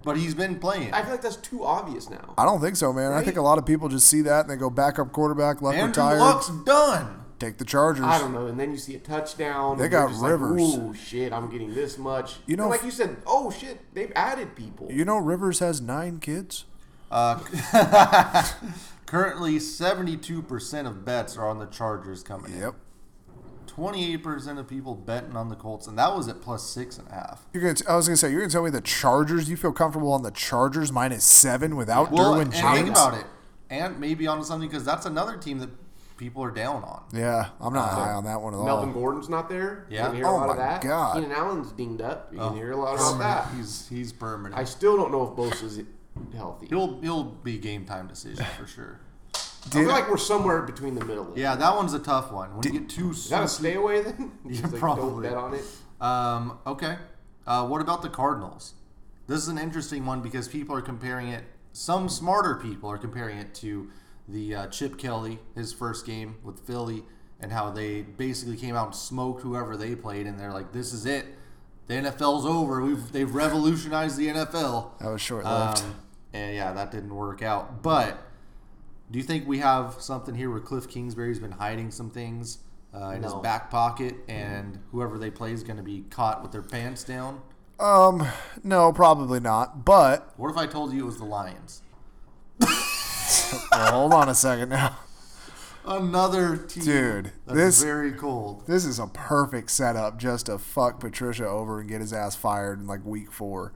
But he's been playing. I feel like that's too obvious now. I don't think so, man. I think a lot of people just see that and they go backup quarterback, left Andrew retired, Luck's done. take the Chargers. I don't know. And then you see a touchdown. They and you're got just Rivers. Like, oh shit! I'm getting this much. You You know, know, like if- you said. Oh shit! They've added people. You know, Rivers has nine kids. Uh, currently, 72% of bets are on the Chargers coming Yep. in. 28% of people betting on the Colts, and that was at plus six and a half. You're gonna. T- I was gonna say you're gonna tell me the Chargers. You feel comfortable on the Chargers minus seven without Well, Derwin and James? think about it. And maybe onto something because that's another team that people are down on. Yeah, I'm not high on that one at all. Melvin Gordon's not there. Yeah. You can hear Oh a lot of my that. God. Keenan Allen's dinged up. You can hear a lot about Permanent. that. He's he's permanent. I still don't know if Bosa's healthy. I he'll he'll be game time decision for sure. feel like we're somewhere between the middle. Yeah, that one's a tough one. When you get too Is that soon. a stay away then? Just, Don't probably. bet on it. Um, okay. Uh, what about the Cardinals? This is an interesting one because people are comparing it. Some smarter people are comparing it to the uh, Chip Kelly, his first game with Philly, and how they basically came out and smoked whoever they played, and they're like, "This is it. The NFL's over. We've they've revolutionized the NFL." that was short lived. Um, and yeah, that didn't work out. But do you think we have something here where Cliff Kingsbury's been hiding some things uh, in his No. back pocket, and whoever they play is going to be caught with their pants down? no, probably not. But What if I told you it was the Lions? well, hold on a second now, Another team. dude. That's this very cold. this is a perfect setup just to fuck Patricia over and get his ass fired in like week four.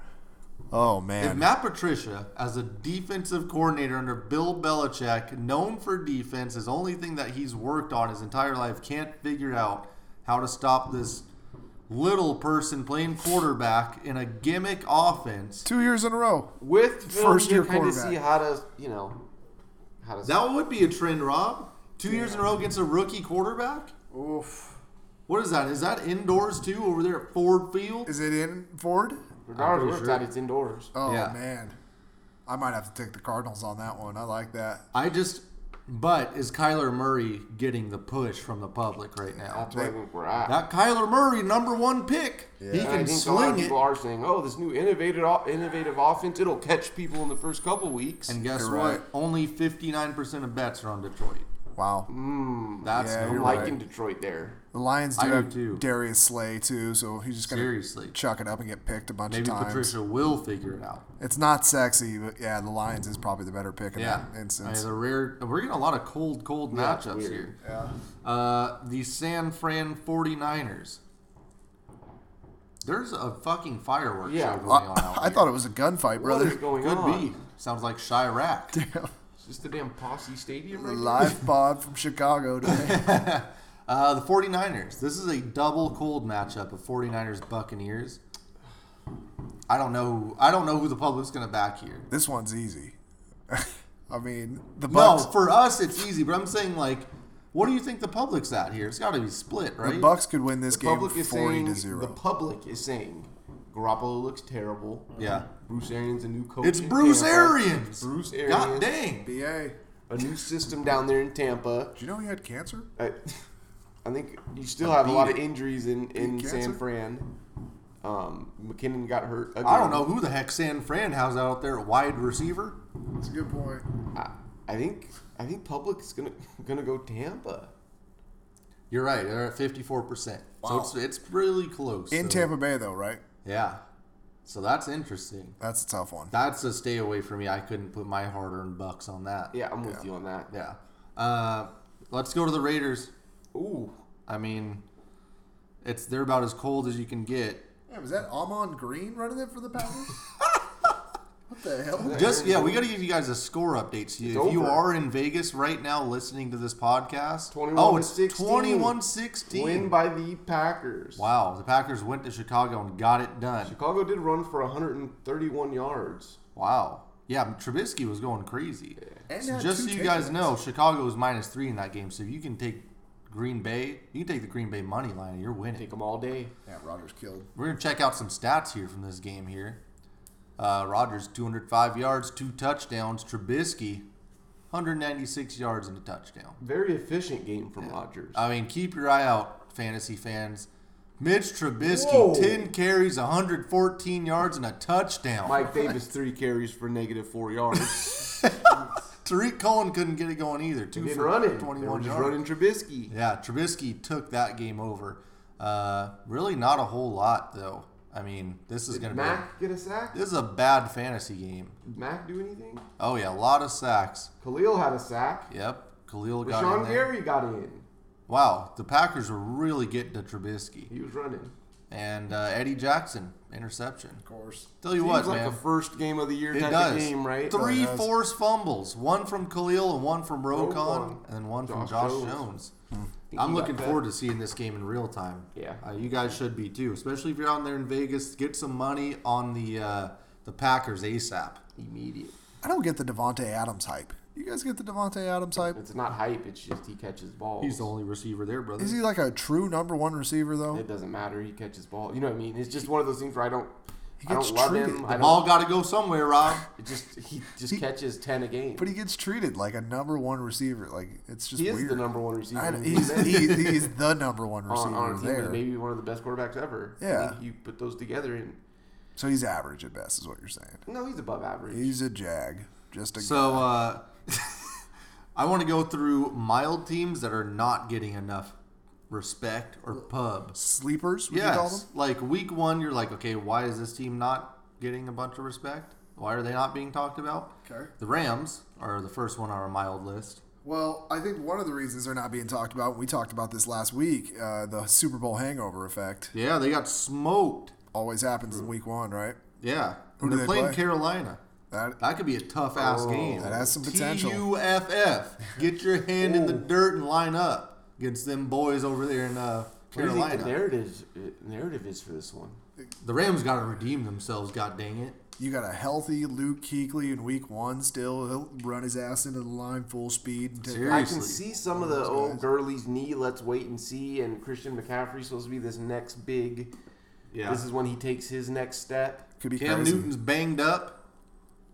Oh If man, Matt Patricia, as a defensive coordinator under Bill Belichick, known for defense, his only thing that he's worked on his entire life, can't figure out how to stop this little person playing quarterback in a gimmick offense. two years in a row. With film, First year you kind of quarterback. see how to, you know, how to. That would be a trend, Rob. Two years in a row against a rookie quarterback? Oof. What is that? Is that indoors too over there at Ford Field? Is it in Ford? Regardless of sure. that, it's indoors. Oh Yeah. man, I might have to take the Cardinals on that one. I like that. I just. But is Kyler Murray getting the push from the public right now? That's where I think we're at. That Kyler Murray, number one pick. He And I can think a lot of sling it. people are saying, "Oh, this new innovative innovative offense, it'll catch people in the first couple weeks." And guess You're what? right. Only 59% of bets are on Detroit. Wow. That's Yeah, no you're I'm lie. right. liking Detroit there. The Lions do I do have too. Darius Slay too, so he's just gonna Seriously. chuck it up and get picked a bunch Maybe of times. Patricia will figure it out. It's not sexy, but yeah, the Lions is probably the better pick in Yeah. that I mean, instance. the rare, we're getting a lot of cold, cold Yeah, it's matchups weird. here. Uh, the San Fran 49ers. There's a fucking fireworks Yeah. show going on I, out I thought it was a gunfight, What brother. is going Could on? be. Sounds like Chirac. Is this the damn Posse Stadium right now? Live pod from Chicago today. Uh, the 49ers. This is a double cold matchup of 49ers Buccaneers. I don't know. I don't know who the public's going to back here. this one's easy. I mean, the No, Bucks. for us it's easy, but I'm saying like, what do you think the public's at here? It's got to be split, right? the Bucks could win this The game public is forty saying to the zero. public is saying Garoppolo looks terrible. Yeah. Bruce Arians a new coach. It's in Bruce Tampa. Arians. Bruce Arians. God dang. BA. A new system down there in Tampa. Did you know he had cancer? I, I think you still have a lot of injuries in, in Cancer? San Fran. Um, McKinnon got hurt. Again. I don't know who the heck San Fran has out there at wide receiver. That's a good point. I, I think I think public's gonna gonna go Tampa. You're right. They're at 54%. Wow. So it's it's really close. In so- Tampa Bay, though, right? Yeah. So that's interesting. That's a tough one. That's a stay away for me. I couldn't put my hard-earned bucks on that. Yeah, I'm with you on that. Yeah. Uh, let's go to the Raiders. Ooh, I mean, it's they're about as cold as you can get. Yeah, was that Amon Green running it for the Packers? what the hell? Just yeah, we got to give you guys a score update. So you, if you over. are in Vegas right now listening to this podcast, 21 oh, to it's 16. 21-16. win by the Packers. wow, the Packers went to Chicago and got it done. Chicago did run for 131 yards. Wow. Yeah, Trubisky was going crazy. And So had just two so you guys takedowns. know, Chicago was minus three in that game. So you can take Green Bay. You can take the Green Bay money line. and You're winning. Take them all day. Yeah, Rogers killed. We're gonna check out some stats here from this game here. Uh, Rogers, 205 yards, two touchdowns. Trubisky, 196 yards and a touchdown. Very efficient game from Rodgers. I mean, keep your eye out, fantasy fans. Mitch Trubisky, Whoa. 10 carries, 114 yards and a touchdown. Mike Davis three carries for negative four yards. Tariq Cohen couldn't get it going either. Two Didn't for run it. 21 They were just yards. running Trubisky. Yeah, Trubisky took that game over. Uh, really, not a whole lot though. I mean, this is Did going to be Mac get a sack? this is a bad fantasy game. Did Mac do anything? Oh yeah, a lot of sacks. Khalil had a sack. Yep, Khalil got in Rashawn there. Gary got in. Wow, the Packers were really getting to Trubisky He was running. and uh, Eddie Jackson interception. Of course. Tell you Seems what, like man, a first game of the year it type does. of game, right? Three does. forced fumbles, one from Khalil and one from Rokon, Roquan. and then one from Josh Josh Jones. Hmm. Jones. Think I'm he got looking that. forward to seeing this game in real time. Yeah. uh, you guys should be too, especially if you're out there in Vegas. Get some money on the uh, the Packers ASAP. immediate. I don't get the Devonte Adams hype. You guys get the Devonte Adams hype? It's not hype. It's just he catches balls. He's the only receiver there, brother. Is he like a true number one receiver though? It doesn't matter. He catches balls. You know what I mean? It's just one of those things where I don't. He I gets don't love treated. him. The I don't. Ball got to go somewhere, Rob. it just he just He- catches ten a game. But he gets treated like a number one receiver. Like it's just he is weird. the number one receiver. I in don't- the he's, league. he, he's the number one on, receiver on a team with there. maybe one of the best quarterbacks ever. I Yeah. think you put those together and So he's average at best, is what you're saying. no, he's above average. He's a jag, just a So uh, I want to go through mild teams that are not getting enough respect or pub. sleepers. Would you call them? Yes, like week one, you're like, okay, why is this team not getting a bunch of respect? Why are they not being talked about? Okay. The Rams are the first one on our mild list. Well, I think one of the reasons they're not being talked about. We talked about this last week. Uh, the Super Bowl hangover effect Yeah, they got smoked. always happens in Week One, right? Yeah, Who and do they're they playing play? Carolina. That That could be a tough ass game. That has some potential. TUFF. Get your hand in the dirt and line up against them boys over there in uh, What do you think the Carolina. narrative uh, narrative is for this one? The Rams got to redeem themselves. God dang it! you got a healthy Luke Kuechly in Week One. Still, he'll run his ass into the line full speed and take. Seriously. I can see some of the old Gurley's knee. Let's wait and see. And Christian McCaffrey's supposed to be this next big. Yeah. This is when he takes his next step. Could be Cam crazy. Newton's banged up.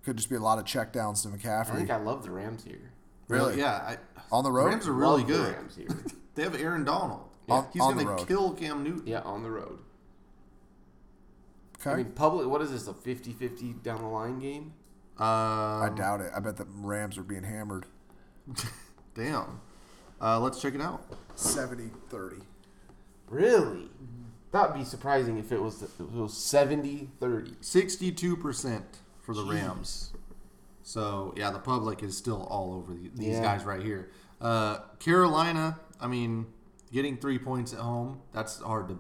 Could just be a lot of checkdowns to I think McCaffrey I love the Rams here. Really? Yeah. I, on the road. Rams are really Love the good. Rams here. They have Aaron Donald. On- He's on the gonna road. kill Cam Newton. yeah, on the road. okay. I mean, public. What is this? A 50-50 down the line game? I Um, doubt it. I bet the Rams are being hammered. damn. Uh, let's check it out. 70 30. Really? That'd be surprising if it was if it was 70-30. Sixty-two percent for the Rams. So yeah, the public is still all over the, these Yeah. guys right here. Uh, Carolina, I mean, getting three points at home—that's hard to.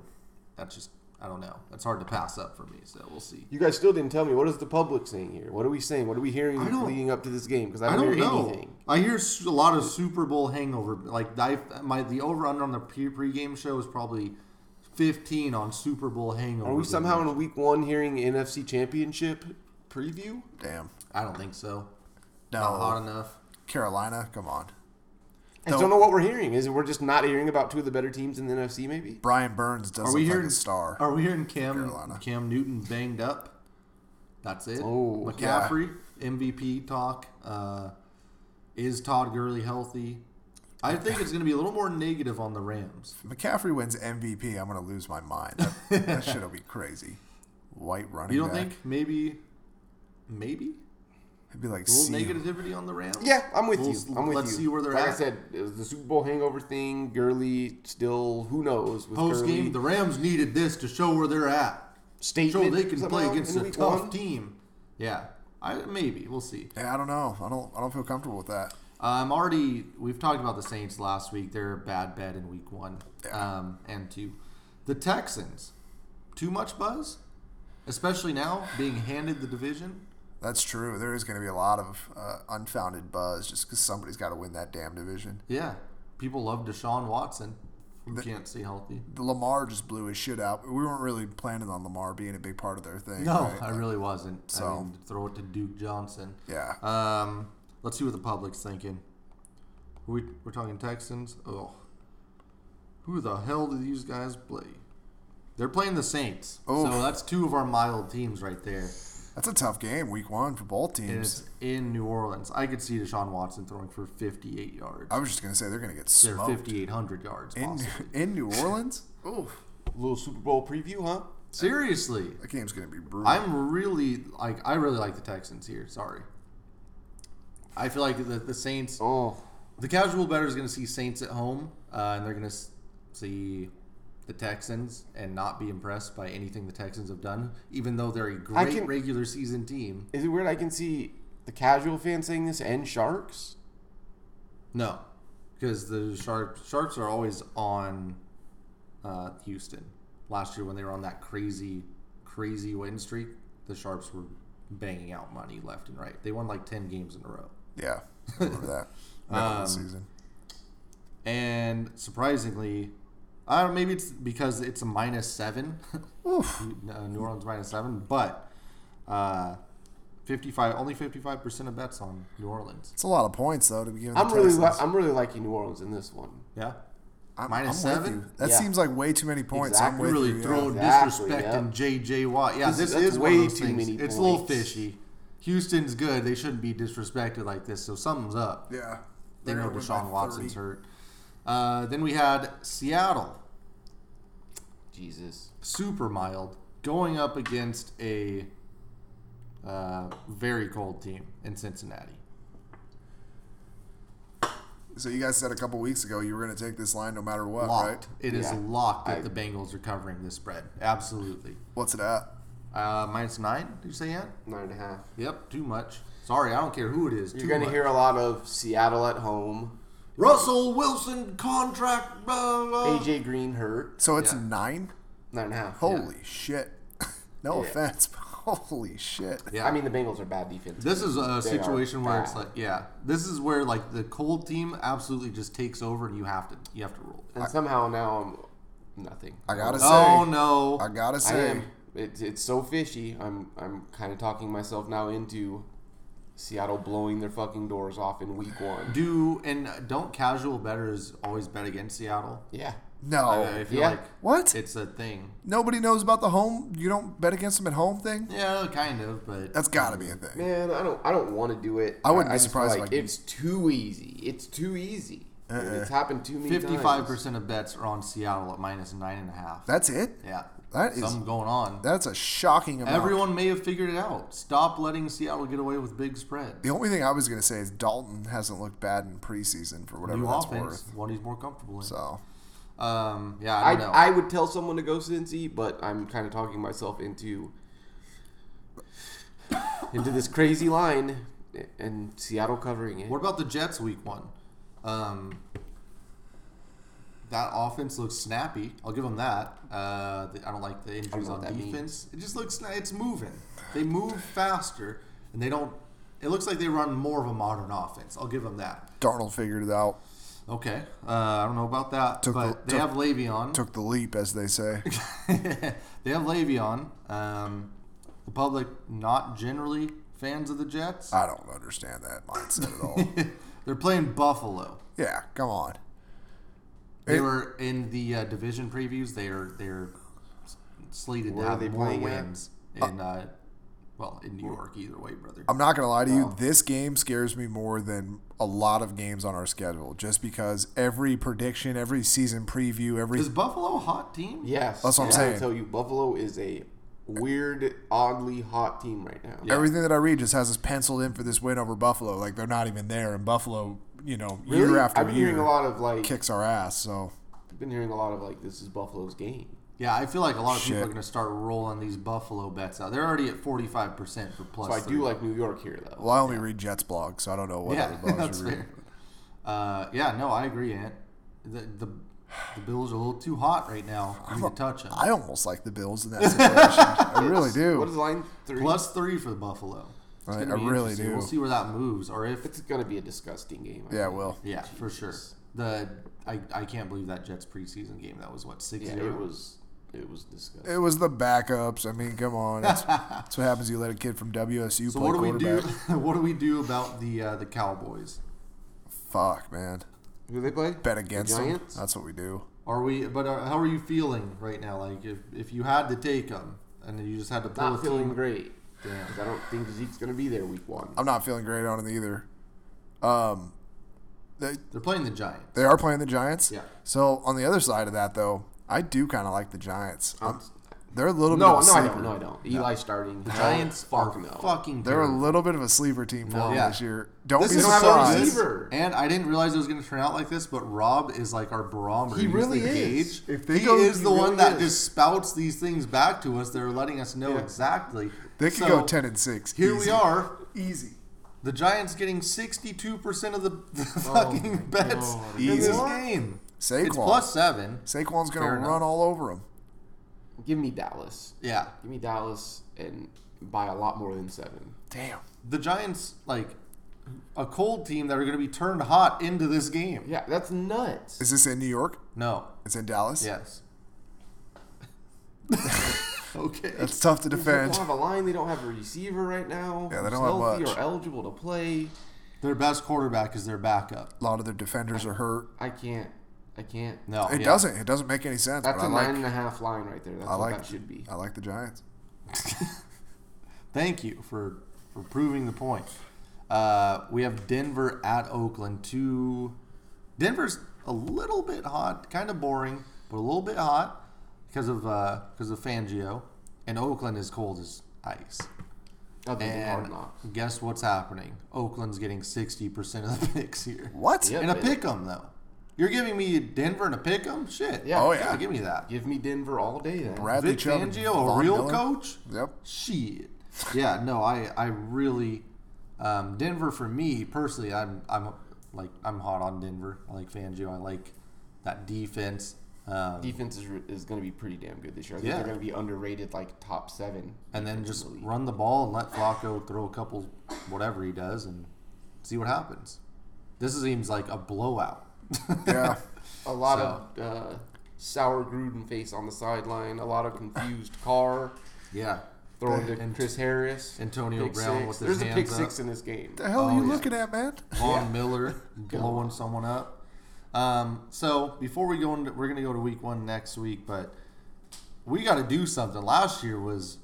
That's just I don't know. That's hard to pass up for me. So we'll see. You guys still didn't tell me what is the public saying here? What are we saying? What are we hearing I don't- leading up to this game? Because I I don't, don't hear know. anything. I hear s- a lot of Super Bowl hangover. Like I, my the over under on the pre pregame show is probably fifteen on Super Bowl hangover. Are we somehow in week one hearing NFC Championship preview? Damn. I don't think so. Not hot No. enough. Carolina, come on. I No. just don't know what we're hearing. Is it we're just not hearing about two of the better teams in the NFC? Maybe. Brian Burns does Are look we like hearing a star. Are we hearing Cam Carolina. Cam Newton banged up? That's it. Oh, McCaffrey MVP talk. Uh, is Todd Gurley healthy? I think it's going to be a little more negative on the Rams. McCaffrey wins MVP. I'm going to lose my mind. That, that shit'll be crazy. White running You don't back. think maybe, maybe It'd be like a little see negativity on the Rams? Yeah, I'm with We'll you. s- I'm with let's you. see where they're like at. I said, it was the Super Bowl hangover thing. Gurley still, who knows? With Post Gurley. game, the Rams needed this to show where they're at. Show statement they can play somehow against in a week tough one. team. Yeah, I, maybe we'll see. Yeah, I don't know. I don't. I don't feel comfortable with that. I'm already. We've talked about the Saints last week. They're a bad bet in week one um, and two. The Texans, too much buzz, especially now being handed the division. That's true. There is going to be a lot of uh, unfounded buzz just because somebody's got to win that damn division. Yeah, people love Deshaun Watson. who can't stay healthy. The Lamar just blew his shit out. We weren't really planning on Lamar being a big part of their thing. No, right? I really wasn't. I So- mean, throw it to Duke Johnson. Yeah. Um, let's see what the public's thinking. We we're talking Texans. Oh, who the hell do these guys play? They're playing the Saints. Oof. So that's two of our mild teams right there. That's a tough game, week one for both And teams. it's in New Orleans. I could see Deshaun Watson throwing for 58 yards. I was just gonna say they're gonna get They're smoked 5,800 yards. in possibly. in New Orleans. Oof, Little Super Bowl preview, huh? Seriously, that game's gonna be brutal. I'm really like I really like the Texans here. Sorry. I feel like the, the Saints. Oh, The casual bettor is going to see Saints at home, uh, and they're going to see the Texans and not be impressed by anything the Texans have done, even though they're a I great can- regular season team. Is it weird? I can see the casual fan saying this and sharks. No, because the Sharps Sharps are always on uh, Houston. Last year when they were on that crazy, crazy win streak, the Sharps were banging out money left and right. They won like ten games in a row. Yeah, I remember that. Remember Um, the season. and surprisingly, I don't. Maybe it's because it's a minus seven. Uh, New Orleans minus seven, but uh, fifty-five only fifty-five percent of bets on New Orleans. It's a lot of points though to be given. I'm the really, Texans. li- I'm really liking New Orleans in this one. Yeah, I'm- minus I'm with seven? you. That Yeah. seems like way too many points. I'm Exactly. with really you, yeah. throwing Exactly, disrespect yeah. in JJ Watt. Yeah, This- this, that's is way way one of those too things. many It's a little points. fishy. Houston's good. They shouldn't be disrespected like this. So something's up. Yeah. They They're know gonna win Deshaun by Watson's 30. hurt. Uh, then we had Seattle. Jesus. super mild, going up against a uh, very cold team in Cincinnati. So you guys said a couple weeks ago you were going to take this line no matter what, right? Locked. It is Yeah. locked that I- the Bengals are covering this spread. Absolutely. What's it at? Uh, minus nine, did you say that? Nine and a half. Yep, too much. Sorry, I don't care who it is. You're too gonna much. hear a lot of Seattle at home. Russell Wilson contract. Blah, blah. AJ Green hurt. So it's Yeah. nine. Nine and a half. Holy shit! no Yeah. offense, but holy shit. Yeah. I mean, the Bengals are bad defense. This is a They situation are where it's bad. like, yeah, this is where like the cold team absolutely just takes over, and you have to, you have to roll. and somehow now I'm nothing. I gotta say, Oh no! I gotta I say, am. It's it's so fishy. I'm I'm kind of talking myself now into Seattle blowing their fucking doors off in week one. Do and don't casual betters always bet against Seattle? Yeah. no. I, I feel Yeah. like what? it's a thing. Nobody knows about the home. You don't bet against them at home thing. Yeah, kind of, but That's gotta be a thing. Man, I don't I don't want to do it. I wouldn't be just feel surprised if like I Uh-uh. did. it's too easy. It's too easy. And It's happened too many fifty-five times. percent of bets are on Seattle at minus nine and a half. That's it. yeah, that is- something going on. That's a shocking amount. Everyone may have figured it out. Stop letting Seattle get away with big spreads. The only thing I was gonna say is Dalton hasn't looked bad in preseason for whatever New that's offense, worth. what he's more comfortable in. So um, yeah, I, I don't know. I would tell someone to go Cincy, but I'm kind of talking myself into into this crazy line and Seattle covering it. What about the Jets week one? Um, that offense looks snappy. I'll give them that. Uh, the, I don't like the injuries know on what that defense. It just looks sna- it's moving. They move faster, and they don't. It looks like they run more of a modern offense. I'll give them that. Darnold figured it out, Okay, uh, I don't know about that, Took but the- they took- have Le'Veon. took the leap, as they say. they have Le'Veon. Um, the public not generally fans of the Jets. I don't understand that mindset at all. They're playing Buffalo. yeah, come on. They It- were in the uh, division previews. They are they're slated Where to are have they more playing at? wins in uh, well in New York either way, brother. I'm not gonna lie to you. This game scares me more than a lot of games on our schedule, just because every prediction, every season preview, every Is Buffalo a hot team? Yes, That's what I'm and I saying. tell you, Buffalo is a weird, oddly hot team right now. Yeah. everything that I read just has us penciled in for this win over Buffalo. Like they're not even there, and Buffalo, you know, year Really? after I've been year, hearing a lot of like, kicks our ass. So I've been hearing a lot of like, this is Buffalo's game. Yeah, I feel like a lot of people Shit. are going to start rolling these Buffalo bets out. They're already at 45 percent for plus. So I three. do like New York here though. Well, I only read Jets blog, so I don't know what yeah, other blogs that's you read. fair. Uh, yeah, no, I agree, Ant. The, the the Bills are a little too hot right now. We need to touch them. I almost like the Bills in that situation. I really What is do. line three? Plus three for the Buffalo. It's I- gonna I be really interesting. do. We'll see where that moves, or if It's gonna be a disgusting game. I Yeah, think. well, Yeah, for sure. The I, I can't believe that Jets preseason game. That was what six Yeah, zero. it was, it was disgusting. it was the backups. I mean, come on. That's, that's what happens. You let a kid from WSU So play what do we do? quarterback. what do we do about the uh, the Cowboys? Fuck, man. Who they play? Bet against them. Giants? That's what we do. Are we? But are, how are you feeling right now? Like if, if you had to take them and then you just had to pull Not a team. feeling great. Damn, 'cause I don't think Zeke's gonna be there week one. I'm not feeling great on it either. Um, they They're playing the Giants. they are playing the Giants. Yeah. So on the other side of that, though, I do kind of like the Giants. I'm, They're a little No, bit of no, a I sleeper. don't. No, I don't. Eli starting. The Giants Hell, Oh, are fuck no. fucking. They're a terrible. little bit of a sleeper team for me yeah. this year. Don't This be is so a surprised. this, receiver. and I didn't realize it was going to turn out like this. But Rob is like our barometer. He He's really the is. gauge. If they he go- is he the one really that is. just spouts these things back to us. They're letting us know exactly. They could So, go ten and six. Here easy. we are. Easy. The Giants getting 62% of the, the fucking bets God. in this Easy. game. Saquon. It's plus seven. Saquon's gonna Fair run enough. all over him. Give me Dallas. Yeah. Give me Dallas and by a lot more than seven. Damn. The Giants, like, a cold team that are going to be turned hot into this game. Yeah, that's nuts. Is this in New York? No. It's in Dallas. Yes. okay. That's tough to They don't defend. have a line. They don't have a receiver right now. Yeah, they who's don't have healthy much. Or eligible to play. Their best quarterback is their backup. A lot of their defenders are hurt. I can't. I can't. No. It yeah. doesn't. It doesn't make any sense. That's but a I nine like. and a half line right there. That's I what like. that should be. I like the Giants. Thank you for, for proving the point. Uh, we have Denver at Oakland. Two. Denver's a little bit hot, kind of boring, but a little bit hot because of uh, because of Fangio, and Oakland is cold as ice. Other than hard And knocks. guess what's happening? Oakland's getting sixty percent of the picks here. What? Yep. In a pick'em though, you're giving me Denver and a pick'em? Shit. Yeah. Oh, yeah. give me that. Give me Denver all day then. Bradley Vic Chubb and Fangio, Von a real Miller? coach? Yep. Shit. Yeah, no, I, I really um, Denver for me personally, I'm I'm like I'm hot on Denver. I like Fangio. I like that defense. Um, Defense is, is going to be pretty damn good this year. I think Yeah. they're going to be underrated, like top seven. and then defense in just the league. run the ball and let Flacco throw a couple, whatever he does, and see what happens. This seems like a blowout. Yeah. a lot of uh, sour Gruden face on the sideline. A lot of confused Carr yeah. throwing to And- Chris Harris. Antonio Pick Brown six. with his There's a pick hands six up. in this game. the hell are Oh, you yeah. looking at, man? Vaughn Miller blowing someone up. Um, so before we go into, we're gonna go to week one next week, but we got to do something. Last year was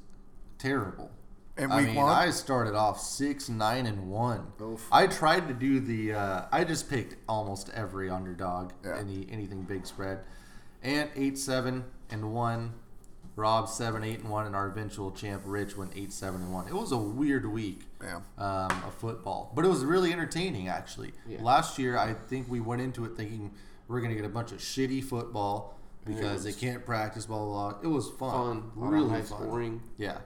terrible. In I week mean, one? I started off six, nine, and one. I tried to do the. Uh, I just picked almost every underdog, Yeah. any anything big spread, and eight, seven, and one. Rob seven, eight, and one, and our eventual champ Rich went eight, seven, and one. It was a weird week Bam. um, of football. But it was really entertaining, actually. Yeah. Last year, I think we went into it thinking we're going to get a bunch of shitty football because they can't practice, blah, blah, blah. It was Fun, fun. a lot of really high fun. scoring. Yeah.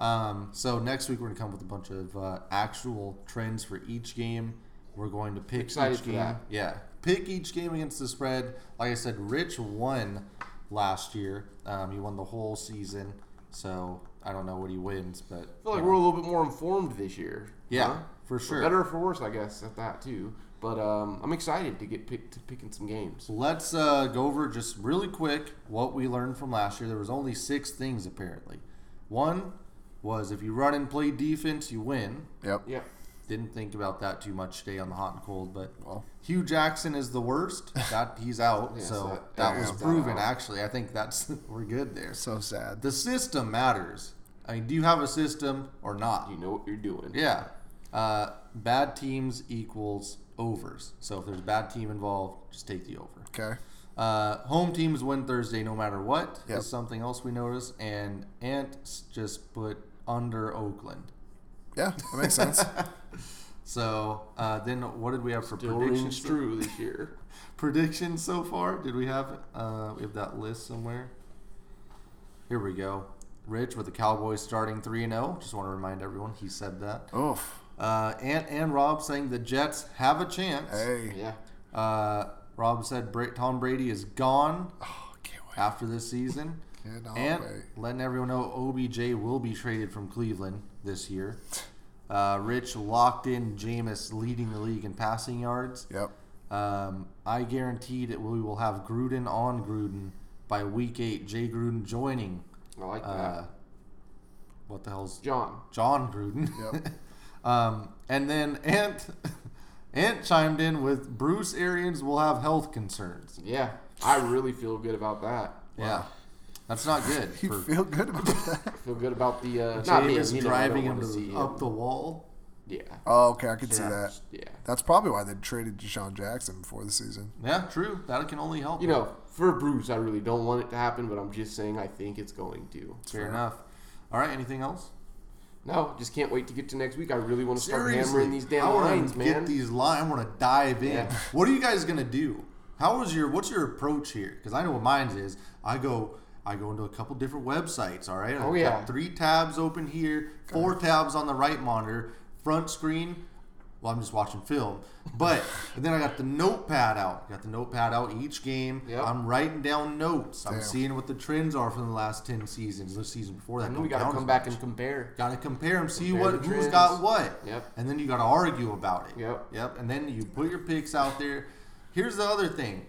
Um, so next week, we're going to come up with a bunch of uh, actual trends for each game. We're going to pick Excited each for game. that. Yeah. Pick each game against the spread. Like I said, Rich won last year. Um, he won the whole season. So I don't know what he wins, but I feel like we're a little bit more informed this year. yeah, huh? for sure. Better or for worse, I guess, at that too. But um, I'm excited to get picked to picking some games. So let's uh, go over just really quick what we learned from last year. There was only six things apparently. One was if you run and play defense, you win. Yep. Yep. Didn't think about that too much today on the hot and cold, but Well. Hugh Jackson is the worst. That he's out, Yeah, so so that, that- yeah, was that's proven. out. Actually, I think that's we're good there. So sad. The system matters. I mean, do you have a system or not? You know what you're doing. Yeah. Uh, bad teams equals overs. So if there's a bad team involved, just take the over. Okay. Uh, home teams win Thursday no matter what. Yep. Is something else we noticed. And Ants just put under Oakland. Yeah, that makes sense. So uh, then, what did we have for Still rings predictions? true this year. predictions so far? Did we have uh, we have that list somewhere? Here we go. Rich with the Cowboys starting three and zero. Just want to remind everyone he said that. Oh. Oof. Uh, Ant and Rob saying the Jets have a chance. Hey. Yeah. Uh, Rob said Bra- Tom Brady is gone Oh, can't wait. after this season. Cannot and wait. letting everyone know OBJ will be traded from Cleveland this year. Uh, Rich locked in Jameis leading the league in passing yards. Yep. Um, I guarantee that we will have Gruden on Gruden by week eight. Jay Gruden joining. I like that. Uh, what the hell's John. John Gruden? Yep. um, and then Ant Ant chimed in with Bruce Arians will have health concerns. Yeah. I really feel good about that. Yeah, that's not good. You for- feel good about that? I feel good about the uh, not being Jameis you know, I don't driving him wanna to see the, up the wall. Yeah. Oh, okay. I can see Yeah. that. Yeah. That's probably why they traded Deshaun Jackson before the season. Yeah, true. That can only help. You him. know, for Bruce, I really don't want it to happen, but I'm just saying I think it's going to. Fair enough. All right. Anything else? No, just can't wait to get to next week. I really want to start Seriously, hammering these damn I wanna lines, man. Get these lines. I want to dive in. Yeah. What are you guys gonna do? How was your? What's your approach here? Because I know what mine is. I go. I go into a couple different websites. All right. I've Oh, yeah. Got three tabs open here. Four tabs on the right monitor. Front screen. Well, I'm just watching film, but and then I got the notepad out. Got the notepad out each game. Yep. I'm writing down notes. I'm Damn. seeing what the trends are from the last ten seasons. The season before that. I know don't we got to count come as back much. and compare. Got to compare them, see Compare what the who's trends. got what. Yep. And then you got to argue about it. Yep. Yep. And then you put your picks out there. Here's the other thing: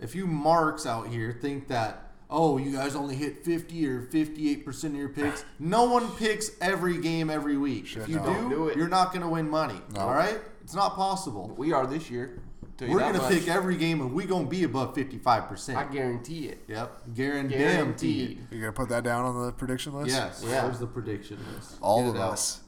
if you marks out here think that oh you guys only hit 50 or 58 percent of your picks, no one picks every game every week. if you no. do, Don't do it. you're not going to win money. All right, it's not possible. We are this year. Tell you We're that going to much. pick every game, and we're going to be above 55 I percent. guarantee it. Yep. Guaranteed. Guaranteed. You gonna put that down on the prediction list? Yes. Yeah. There's the prediction list. All Get of it out. us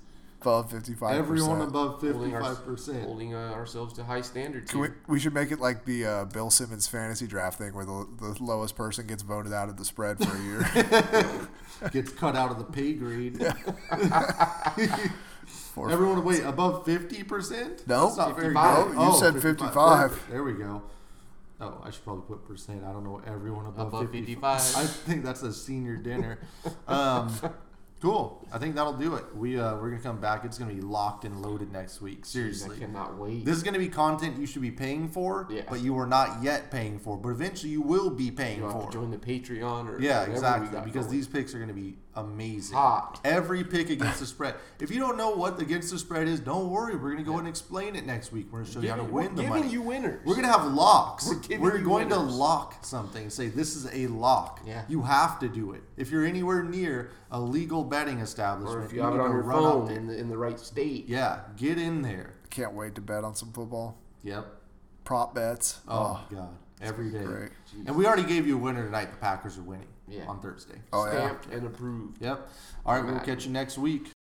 above fifty-five. Everyone above Holding, our, 55 percent. holding uh, ourselves to high standards. Can we, here. we should make it like the uh, Bill Simmons fantasy draft thing, where the, the lowest person gets voted out of the spread for a year. gets cut out of the pay grade. Everyone, wait, above 50%? No. That's not fair. 55. No, you said 55. Perfect. There we go. Oh, I should probably put percent. I don't know. Everyone above, Above 55. 55. I think that's a senior dinner. um, cool. I think that'll do it. We uh, we're gonna come back. It's gonna be locked and loaded next week. I Seriously. cannot wait. This is going to be content you should be paying for, Yes. but you are not yet paying for. But eventually, you will be paying You'll have for. to join the Patreon or Yeah, whatever we exactly. got Because going. these picks are going to be amazing. Hot. Every pick against the spread. If you don't know what the against the spread is, don't worry. We're going to go and explain it next week. We're going to show you how to Giving- win we're the giving money. you winners. We're going to have locks. We're We're, giving you going to winners. lock something. Say this is a lock. Yeah. You have to do it. If you're anywhere near a legal betting establishment, or if you have it on to your run up phone there. in the in the right state. yeah, get in there. Can't wait to bet on some football Yep. prop bets. Oh, god, every day. great. And we already gave you a winner tonight. The Packers are winning Yeah. on Thursday. Oh, yeah. stamped and approved. Yep. All right, we'll Imagine. catch you next week.